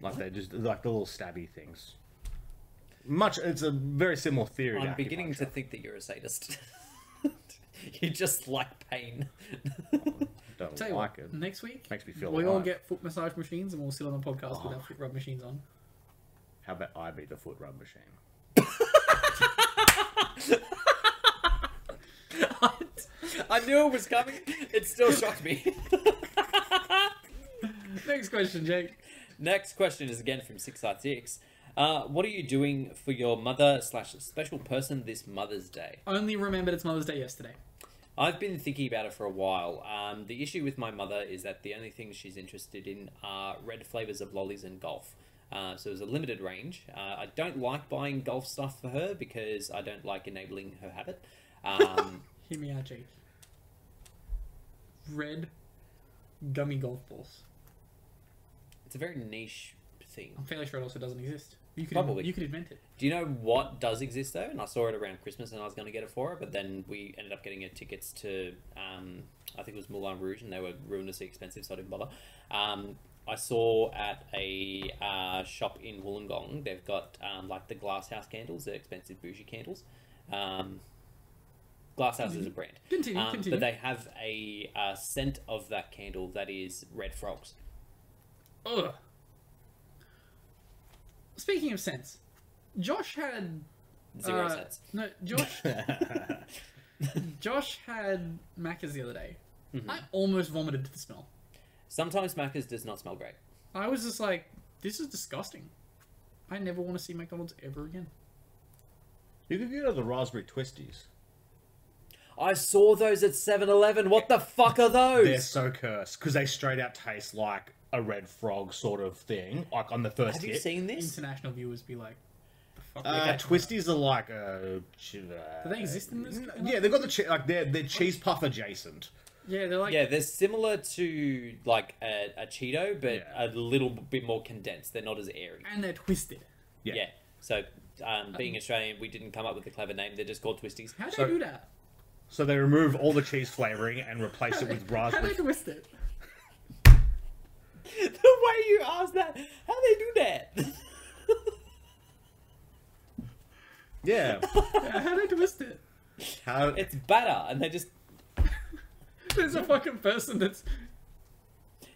Speaker 4: Like they just like the little stabby things. Much, it's a very similar theory.
Speaker 1: I'm beginning to
Speaker 4: acupuncture.
Speaker 1: think that you're a sadist. you just like pain.
Speaker 4: don't
Speaker 3: Tell you
Speaker 4: like
Speaker 3: what,
Speaker 4: it.
Speaker 3: next week
Speaker 4: Makes me feel
Speaker 3: we all
Speaker 4: alive.
Speaker 3: get foot massage machines and we'll sit on the podcast
Speaker 1: Oh.
Speaker 3: with our foot rub machines on.
Speaker 4: How about I be the foot rub machine?
Speaker 1: I knew it was coming. It still shocked me.
Speaker 3: Next question, Jake.
Speaker 1: Next question is again from Six Side Six. Uh, what are you doing for your mother slash special person this Mother's Day?
Speaker 3: Only remembered it's Mother's Day yesterday.
Speaker 1: I've been thinking about it for a while. Um, the issue with my mother is that the only things she's interested in are red flavors of lollies and golf. Uh, so there's a limited range. Uh, I don't like buying golf stuff for her because I don't like enabling her habit. Um,
Speaker 3: Himiachi. Red gummy golf balls.
Speaker 1: it's a very niche thing.
Speaker 3: I'm fairly sure it also doesn't exist. You could
Speaker 1: Probably.
Speaker 3: you could invent it.
Speaker 1: Do you know what does exist though? And I saw it around Christmas, and I was going to get it for her, but then we ended up getting her tickets to, um, I think it was Moulin Rouge, and they were ruinously expensive, so I didn't bother. Um, I saw at a uh, shop in Wollongong, they've got um, like the glasshouse candles, the expensive bougie candles. Um, glasshouse is a brand,
Speaker 3: Continue,
Speaker 1: um,
Speaker 3: Mm-hmm. continue.
Speaker 1: but they have a uh, scent of that candle that is red frogs.
Speaker 3: Ugh. Speaking of sense, Josh had
Speaker 1: Zero
Speaker 3: uh,
Speaker 1: cents.
Speaker 3: No, Josh. Josh had Macca's the other day. I almost vomited to the smell.
Speaker 1: Sometimes Macca's does not smell great.
Speaker 3: I was just like, this is disgusting. I never want to see McDonald's ever again.
Speaker 2: You could get her the raspberry twisties.
Speaker 1: I saw those at 7 Eleven. What the fuck are those?
Speaker 2: They're so cursed because they straight out taste like a red frog sort of thing. Like on the first
Speaker 1: Have you
Speaker 2: hit.
Speaker 1: seen this?
Speaker 3: International viewers be like, the fuck are they
Speaker 2: Uh,
Speaker 3: talking
Speaker 2: twisties are like uh, ch- uh,
Speaker 3: Do they exist in this?
Speaker 2: Yeah, they've got the che- like they're they're cheese puff adjacent.
Speaker 3: Yeah, they're like
Speaker 1: Yeah, they're similar to like a, a Cheeto, but
Speaker 2: Yeah.
Speaker 1: a little bit more condensed. They're not as airy.
Speaker 3: and they're twisted.
Speaker 1: Yeah. So, um, being Australian, we didn't come up with a clever name. They're just called twisties.
Speaker 3: How do
Speaker 2: So-
Speaker 3: they do that?
Speaker 2: So they remove all the cheese flavoring and replace it with
Speaker 3: How do they
Speaker 2: raspberry.
Speaker 3: twist it?
Speaker 1: the way you asked that, how they do that?
Speaker 2: Yeah.
Speaker 3: How do they twist it?
Speaker 2: How,
Speaker 1: it's batter, and they just
Speaker 3: There's a fucking person that's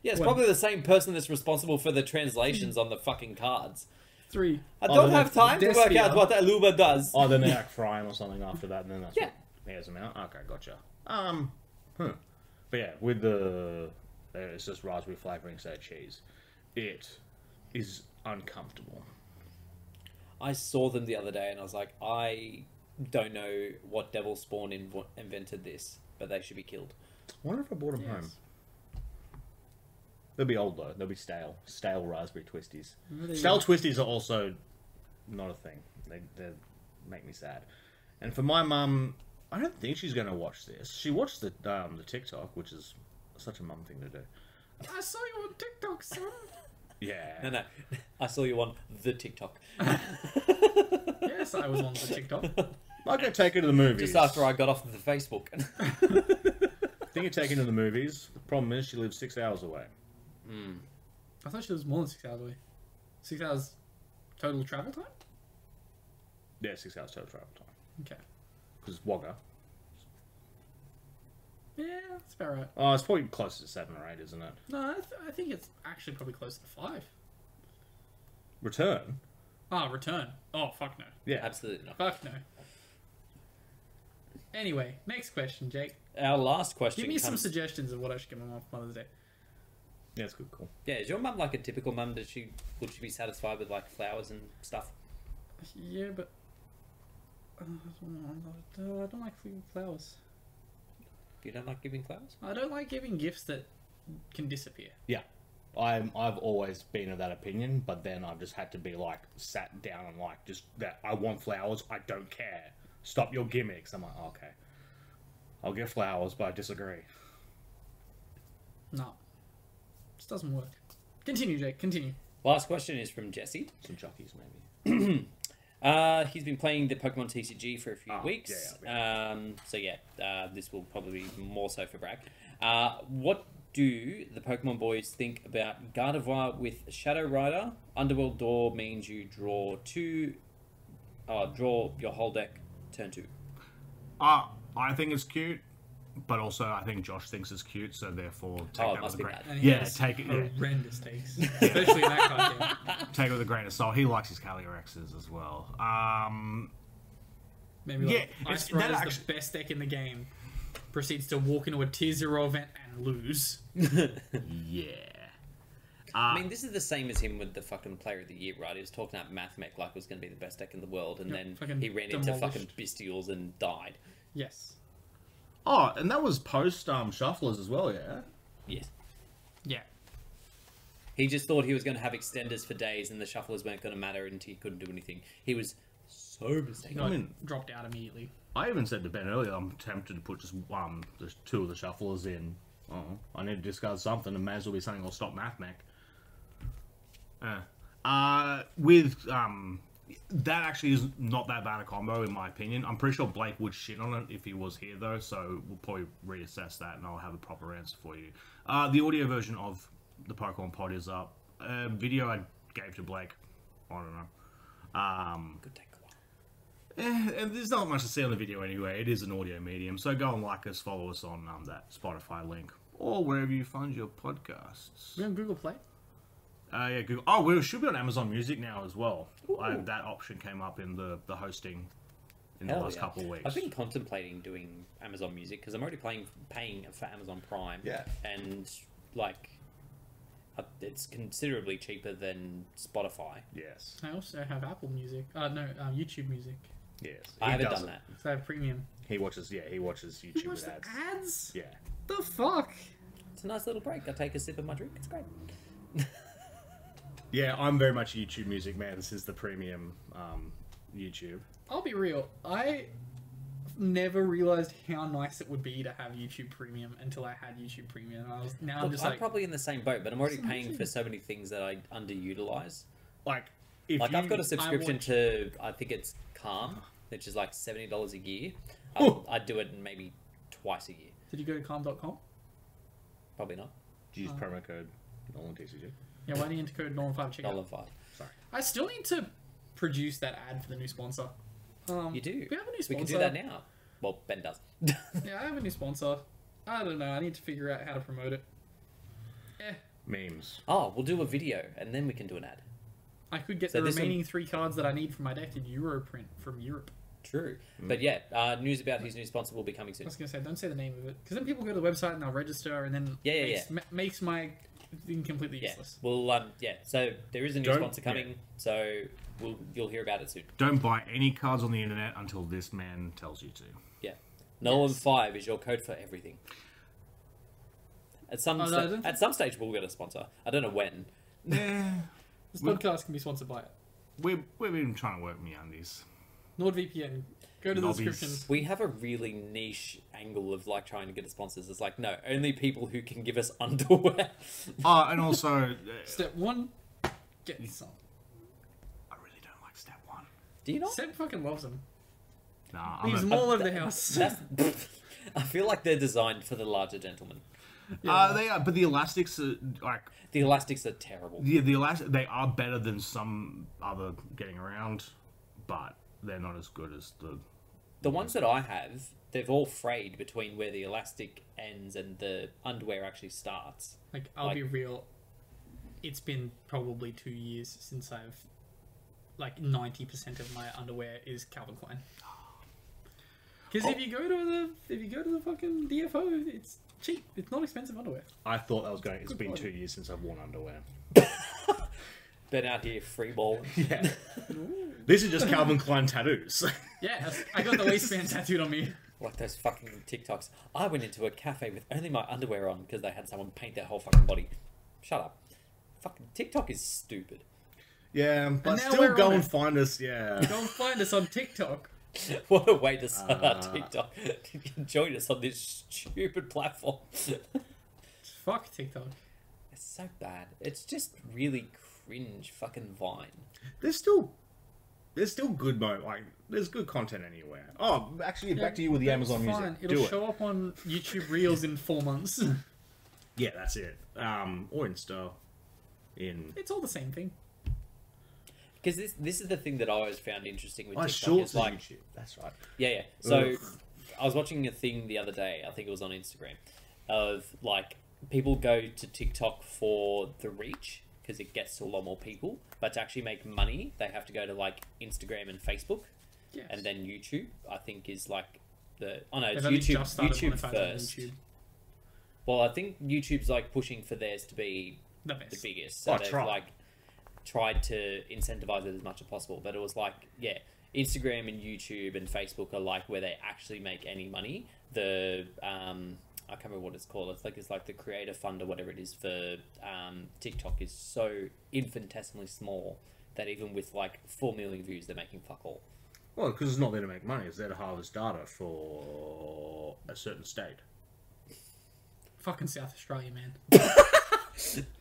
Speaker 1: yeah, it's
Speaker 3: Well-
Speaker 1: probably the same person that's responsible for the translations on the fucking cards.
Speaker 3: three.
Speaker 1: I
Speaker 2: Oh,
Speaker 1: don't
Speaker 2: they're
Speaker 1: have time to work
Speaker 2: Destia.
Speaker 1: out what Aluba does.
Speaker 2: oh, then they like fry 'em or something after that, and then that's
Speaker 1: Yeah.
Speaker 2: what pairs them out. Okay, gotcha. Um, hmm. but yeah, with the uh, it's just raspberry flavoring instead of cheese. It is uncomfortable.
Speaker 1: I saw them the other day and I was like, I don't know what devil spawn inv- invented this, but they should be killed.
Speaker 2: I wonder if I bought them home.
Speaker 3: Yes.
Speaker 2: They'll be old though. They'll be stale. Stale raspberry twisties.
Speaker 3: they-
Speaker 2: Stale twisties are also not a thing. They, they make me sad. And for my mum, I don't think she's going to watch this. She watched the um, the TikTok, which is such a mum thing to do.
Speaker 3: I saw you on TikTok, son.
Speaker 2: Yeah.
Speaker 1: No, no, I saw you on the TikTok.
Speaker 3: yes, I was on the TikTok.
Speaker 2: Like I take her to the movies.
Speaker 1: Just after I got off the Facebook.
Speaker 2: think you take her to the movies. The problem is she lives six hours away.
Speaker 3: I thought she was more than six hours away. Six hours total travel time?
Speaker 2: Yeah, six hours total travel time.
Speaker 3: Okay.
Speaker 2: Because Wagga.
Speaker 3: Yeah, that's about right.
Speaker 2: Oh, it's probably closer to seven or eight, isn't it?
Speaker 3: No, I, th- I think it's actually probably closer to five.
Speaker 2: Return.
Speaker 3: Ah, return. Oh, fuck no.
Speaker 2: Yeah.
Speaker 1: Absolutely not.
Speaker 3: Fuck no. Anyway, next question, Jake.
Speaker 1: Our last question
Speaker 3: Give me some
Speaker 1: comes-
Speaker 3: suggestions of what I should give my mom for Mother's Day.
Speaker 2: Yeah, it's good. Cool.
Speaker 1: Yeah, is your mum like a typical mum? Does she would she be satisfied with like flowers and stuff?
Speaker 3: Yeah, but uh, I don't know. I don't like giving flowers.
Speaker 1: You don't like giving flowers?
Speaker 3: I don't like giving gifts that can disappear.
Speaker 2: Yeah. I'm, I've always been of that opinion, but then I've just had to be like, sat down and like, just that I want flowers, I don't care. Stop your gimmicks. I'm like, okay. I'll get flowers, but I disagree.
Speaker 3: No, just doesn't work. Continue, Jake. Continue.
Speaker 1: Last question is from Jesse.
Speaker 2: Some chuckies, maybe.
Speaker 1: Uh, he's been playing the Pokemon TCG for a few
Speaker 2: Ah,
Speaker 1: weeks.
Speaker 2: yeah,
Speaker 1: Um, so yeah, uh, this will probably be more so for Bragg. Uh, what do the Pokemon boys think about Gardevoir with Shadow Rider? Underworld Door means you draw two, uh, draw your whole deck, turn two.
Speaker 5: Uh, I think it's cute, but also I think Josh thinks it's cute, so therefore take
Speaker 1: Oh, it
Speaker 5: that
Speaker 1: must
Speaker 5: with a
Speaker 1: be
Speaker 5: grain.
Speaker 1: bad.
Speaker 3: And he
Speaker 5: Yeah,
Speaker 3: has
Speaker 5: take it. Yeah,
Speaker 3: Horrendous takes, especially in that card game.
Speaker 5: take it with a grain of salt. He likes his Calyarexes as well. Um,
Speaker 3: Maybe
Speaker 5: Yeah,
Speaker 3: like Ice
Speaker 5: it's- that
Speaker 3: Rider's
Speaker 5: actu-
Speaker 3: the best deck in the game. Proceeds to walk into a tier zero event and lose.
Speaker 5: yeah.
Speaker 1: I mean, this is the same as him with the fucking Player of the Year, right? He was talking about Mathmech like it was going to be the best deck in the world, and
Speaker 3: Yep,
Speaker 1: then
Speaker 3: fucking
Speaker 1: he ran into
Speaker 3: demolished.
Speaker 1: fucking Bestials and died.
Speaker 3: Yes.
Speaker 4: Oh, and that was post um, shufflers as well, yeah.
Speaker 1: Yes.
Speaker 3: Yeah.
Speaker 1: He just thought he was going to have extenders for days and the shufflers weren't going to matter and he couldn't do anything. He was so mistaken.
Speaker 4: I mean,
Speaker 3: Dropped out immediately.
Speaker 4: I even said to Ben earlier, I'm tempted to put just um the two of the shufflers in. Oh, I need to discard something, and may as well be something will stop Math Mac.
Speaker 2: Uh, uh, with um, that actually is not that bad a combo in my opinion. I'm pretty sure Blake would shit on it if he was here though, so we'll probably reassess that and I'll have a proper answer for you. Uh, the audio version of the Pokemon Pod is up. Uh, video I gave to Blake. I don't know. Um,
Speaker 1: Could take a while.
Speaker 2: eh, and there's not much to see on the video anyway. It is an audio medium, so go and like us, follow us on um, that Spotify link or wherever you find your podcasts.
Speaker 3: We on Google Play?
Speaker 2: Uh, yeah, Google. Oh, we should be on Amazon Music now as well. I, that option came up in the, the hosting in the
Speaker 1: Hell
Speaker 2: last
Speaker 1: yeah.
Speaker 2: couple of weeks.
Speaker 1: I've been contemplating doing Amazon Music because I'm already playing, paying for Amazon Prime.
Speaker 4: Yeah.
Speaker 1: And, like, uh, it's considerably cheaper than Spotify.
Speaker 4: Yes,
Speaker 3: I also have Apple Music. Uh, no, uh, YouTube Music.
Speaker 4: yes.
Speaker 1: I
Speaker 4: He
Speaker 1: haven't
Speaker 4: doesn't.
Speaker 1: done that.
Speaker 3: So I have premium.
Speaker 4: He watches, yeah, he watches YouTube
Speaker 3: You watch
Speaker 4: with
Speaker 3: the
Speaker 4: ads.
Speaker 3: ads?
Speaker 4: Yeah.
Speaker 3: The fuck?
Speaker 1: It's a nice little break. I take a sip of my drink. It's great.
Speaker 4: Yeah, I'm very much a YouTube music man since the premium um, YouTube.
Speaker 3: I'll be real. I never realized how nice it would be to have YouTube Premium until I had YouTube Premium. And I was now I'm
Speaker 1: Look,
Speaker 3: just
Speaker 1: I'm
Speaker 3: like
Speaker 1: probably in the same boat, but I'm already
Speaker 3: It's
Speaker 1: paying for
Speaker 3: amazing.
Speaker 1: so many things that I underutilize.
Speaker 4: Like, if
Speaker 1: Like
Speaker 4: you,
Speaker 1: I've got a subscription
Speaker 3: watch-
Speaker 1: to I think it's Calm, which is like seventy dollars a year.
Speaker 4: Oh.
Speaker 1: Um, I do it maybe twice a year.
Speaker 3: Did you go to calm.com?
Speaker 1: Probably not.
Speaker 4: do you use promo code Nolan TCG.
Speaker 3: Yeah, why do you enter code normal five
Speaker 1: Dollar
Speaker 3: checkout?
Speaker 1: five.
Speaker 3: I still need to produce that ad for the new sponsor. Um,
Speaker 1: You do.
Speaker 3: We have a new
Speaker 1: We
Speaker 3: sponsor.
Speaker 1: can do that now. Well, Ben does.
Speaker 3: Yeah, I have a new sponsor. I don't know. I need to figure out how to promote it. Eh,
Speaker 4: Memes.
Speaker 1: oh, we'll do a video and then we can do an ad.
Speaker 3: I could get
Speaker 1: So
Speaker 3: the
Speaker 1: this one-
Speaker 3: remaining three cards that I need for my deck in Europrint from Europe.
Speaker 1: True.
Speaker 3: Hmm.
Speaker 1: But yeah, uh, news about his new sponsor will be coming
Speaker 3: I
Speaker 1: soon.
Speaker 3: was gonna say, don't say the name of it, because then people go to the website and they'll register, and then
Speaker 1: Yeah, yeah,
Speaker 3: makes,
Speaker 1: yeah.
Speaker 3: ma- makes my thing completely
Speaker 1: Yeah.
Speaker 3: useless.
Speaker 1: Well, um, yeah. So there is a new
Speaker 4: Don't-
Speaker 1: sponsor coming. So we'll you'll hear about it soon.
Speaker 2: Don't buy any cards on the internet until this man tells you to.
Speaker 1: Yeah. Nolan five is your code for everything. At some
Speaker 3: Oh, no,
Speaker 1: sta-
Speaker 3: I don't think-
Speaker 1: at some stage we'll get a sponsor. I don't know when.
Speaker 3: This
Speaker 2: Well-
Speaker 3: podcast can be sponsored by it.
Speaker 2: We've, we've been trying to work me on these.
Speaker 3: NordVPN. Go to the
Speaker 2: Nobbies.
Speaker 3: description.
Speaker 1: We have a really niche angle of like trying to get sponsors. It's like no, only people who can give us underwear.
Speaker 2: Oh, and also, uh,
Speaker 3: Step one, get some.
Speaker 2: I really don't like step one.
Speaker 1: Do you not?
Speaker 3: Seb fucking loves them.
Speaker 2: Nah,
Speaker 3: Leaves
Speaker 2: I'm
Speaker 3: them
Speaker 2: a, Uh,
Speaker 3: all over the house.
Speaker 1: That's, I feel like they're designed for the larger gentleman.
Speaker 2: uh, they are, but the elastics are like
Speaker 1: The elastics are terrible.
Speaker 2: yeah, the elastic. They are better than some other getting around, but they're not as good as the.
Speaker 1: The ones that I have, they've all frayed between where the elastic ends and the underwear actually starts.
Speaker 3: Like, I'll
Speaker 1: Like-
Speaker 3: be real. It's been probably two years since I've. Like, 90% of my underwear is Calvin Klein. Because
Speaker 4: Oh.
Speaker 3: if you go to the if you go to the fucking DFO, it's cheap. It's not expensive underwear.
Speaker 4: I thought that was going. It's been
Speaker 3: point.
Speaker 4: two years since I've worn underwear.
Speaker 1: Been out here free ball.
Speaker 4: Yeah. this is just Calvin Klein tattoos.
Speaker 3: Yeah, I got the waistband tattooed on me.
Speaker 1: Like those fucking TikToks. I went into a cafe with only my underwear on because they had someone paint their whole fucking body. Shut up. Fucking TikTok is stupid.
Speaker 4: yeah, but
Speaker 3: now
Speaker 4: still
Speaker 3: we're
Speaker 4: go
Speaker 3: on
Speaker 4: and
Speaker 3: it.
Speaker 4: find us. Yeah.
Speaker 3: Go and find us on TikTok.
Speaker 1: What a way to start
Speaker 4: Uh.
Speaker 1: our TikTok. You can join us on this stupid platform. it's
Speaker 3: Fuck TikTok.
Speaker 1: so bad. It's just really cringe fucking Vine.
Speaker 4: there's still there's still good mo like there's good content anywhere. Oh, actually, back to you with the
Speaker 3: That's
Speaker 4: Amazon
Speaker 3: fine.
Speaker 4: music.
Speaker 3: It'll
Speaker 4: Do it.
Speaker 3: show up on YouTube Reels in four months.
Speaker 4: Yeah, that's it. Um, or Insta. In
Speaker 3: It's all the same thing.
Speaker 1: Because this this is the thing that I always found interesting with
Speaker 4: oh,
Speaker 1: TikTok.
Speaker 4: shorts
Speaker 1: is like,
Speaker 4: YouTube. That's right.
Speaker 1: yeah, yeah. So
Speaker 4: Ugh.
Speaker 1: I was watching a thing the other day. I think it was on Instagram, of like people go to TikTok for the reach because it gets to a lot more people. But to actually make money, they have to go to like Instagram and Facebook.
Speaker 3: Yes.
Speaker 1: and then YouTube. I think is like the oh no,
Speaker 3: They've
Speaker 1: it's
Speaker 3: only
Speaker 1: YouTube.
Speaker 3: just started
Speaker 1: YouTube
Speaker 3: monetizing on
Speaker 1: first.
Speaker 3: YouTube.
Speaker 1: Well, I think YouTube's like pushing for theirs to be
Speaker 3: The
Speaker 1: the
Speaker 3: best.
Speaker 1: biggest. So
Speaker 4: Oh,
Speaker 1: they've
Speaker 4: try.
Speaker 1: like tried to incentivize it as much as possible. But it was like, yeah, Instagram and YouTube and Facebook are like where they actually make any money. The um, I can't remember what it's called. It's like it's like the creator fund or whatever it is for um, TikTok is so infinitesimally small that even with like four million views, they're making fuck all.
Speaker 2: Well, because it's not there to make money; it's there to harvest data for a certain state.
Speaker 3: Fucking South Australia, man.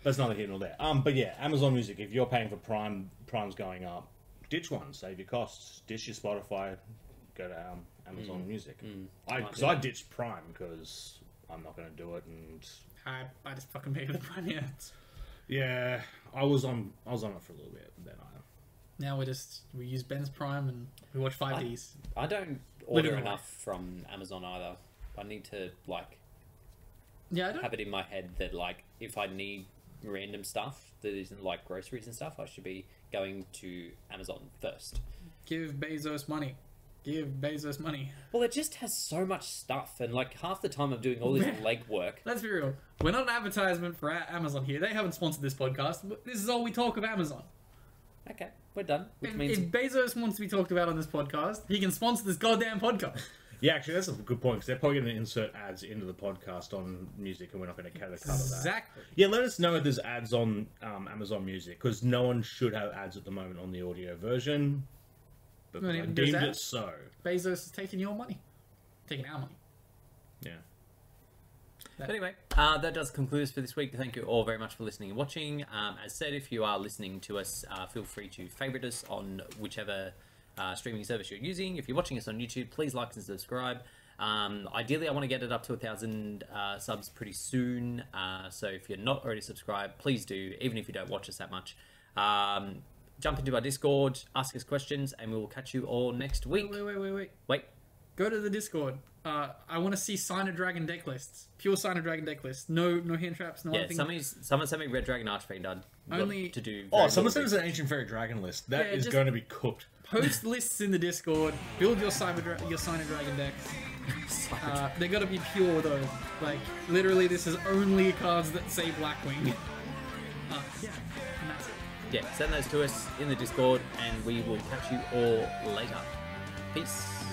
Speaker 2: That's neither here nor there. Um, but yeah, Amazon Music. If you're paying for Prime, Prime's going up. Ditch one, save your costs. Ditch your Spotify, go to um,
Speaker 3: Mm.
Speaker 2: Amazon Music. I
Speaker 1: might
Speaker 2: because
Speaker 1: do
Speaker 2: I ditched Prime because I'm not going to do it, and
Speaker 3: I, I just fucking made it right now. It's-
Speaker 2: yeah, I was on I was on it for a little bit, but then I
Speaker 3: Now we just we use Ben's Prime and we watch five Ds.
Speaker 1: I don't
Speaker 3: Living
Speaker 1: order
Speaker 3: the
Speaker 1: enough from Amazon either. I need to like
Speaker 3: Yeah, I don't.
Speaker 1: have it in my head that like if I need random stuff that isn't like groceries and stuff, I should be going to Amazon first.
Speaker 3: Give Bezos money. Give Bezos money.
Speaker 1: Well, it just has so much stuff, and like half the time I'm doing all this legwork.
Speaker 3: Let's be real. We're not an advertisement for A- Amazon here. They haven't sponsored this podcast. But this is all we talk of Amazon.
Speaker 1: Okay, we're done, which
Speaker 3: If,
Speaker 1: means
Speaker 3: if Bezos wants to be talked about on this podcast, he can sponsor this goddamn podcast.
Speaker 2: Yeah, actually, that's a good point because they're probably going to insert ads into the podcast on music, and we're not going to cover cover that.
Speaker 3: exactly.
Speaker 2: Yeah, let us know if there's ads on um, Amazon Music because no one should have ads at the moment on the audio version. But
Speaker 3: No one
Speaker 2: I
Speaker 3: even does
Speaker 2: deemed it
Speaker 3: ads?
Speaker 2: so.
Speaker 3: Bezos is taking your money, taking our money.
Speaker 2: Yeah.
Speaker 1: But anyway, uh, that does conclude us for this week. Thank you all very much for listening and watching. Um, as said, if you are listening to us, uh, feel free to favorite us on whichever uh, streaming service you're using. If you're watching us on YouTube, please like and subscribe. Um, ideally, I want to get it up to a thousand uh, subs pretty soon. Uh, so if you're not already subscribed, please do, even if you don't watch us that much. Um, jump into our Discord, ask us questions, and we will catch you all next week.
Speaker 3: Wait, wait, wait, wait.
Speaker 1: Wait,
Speaker 3: Go to the Discord. Uh, I want to see Sign of Dragon deck lists. Pure Sign of Dragon deck lists. No, no hand traps. No
Speaker 1: yeah,
Speaker 3: other thing.
Speaker 1: somebody's, someone sent me Red Dragon Archfiend. I'd got
Speaker 3: Only-
Speaker 1: to do.
Speaker 2: Oh,
Speaker 1: very
Speaker 2: someone
Speaker 1: little
Speaker 2: sent us an ancient fairy dragon list. That
Speaker 3: Yeah,
Speaker 2: is
Speaker 3: just-
Speaker 2: going to be cooked.
Speaker 3: Post lists in the Discord. Build your Sign of, Dra- your sign of Dragon decks. Uh, they gotta be pure though. Like literally, this is only cards that say Blackwing. Uh, yeah, and that's it.
Speaker 1: yeah, send those to us in the Discord, and we will catch you all later. Peace.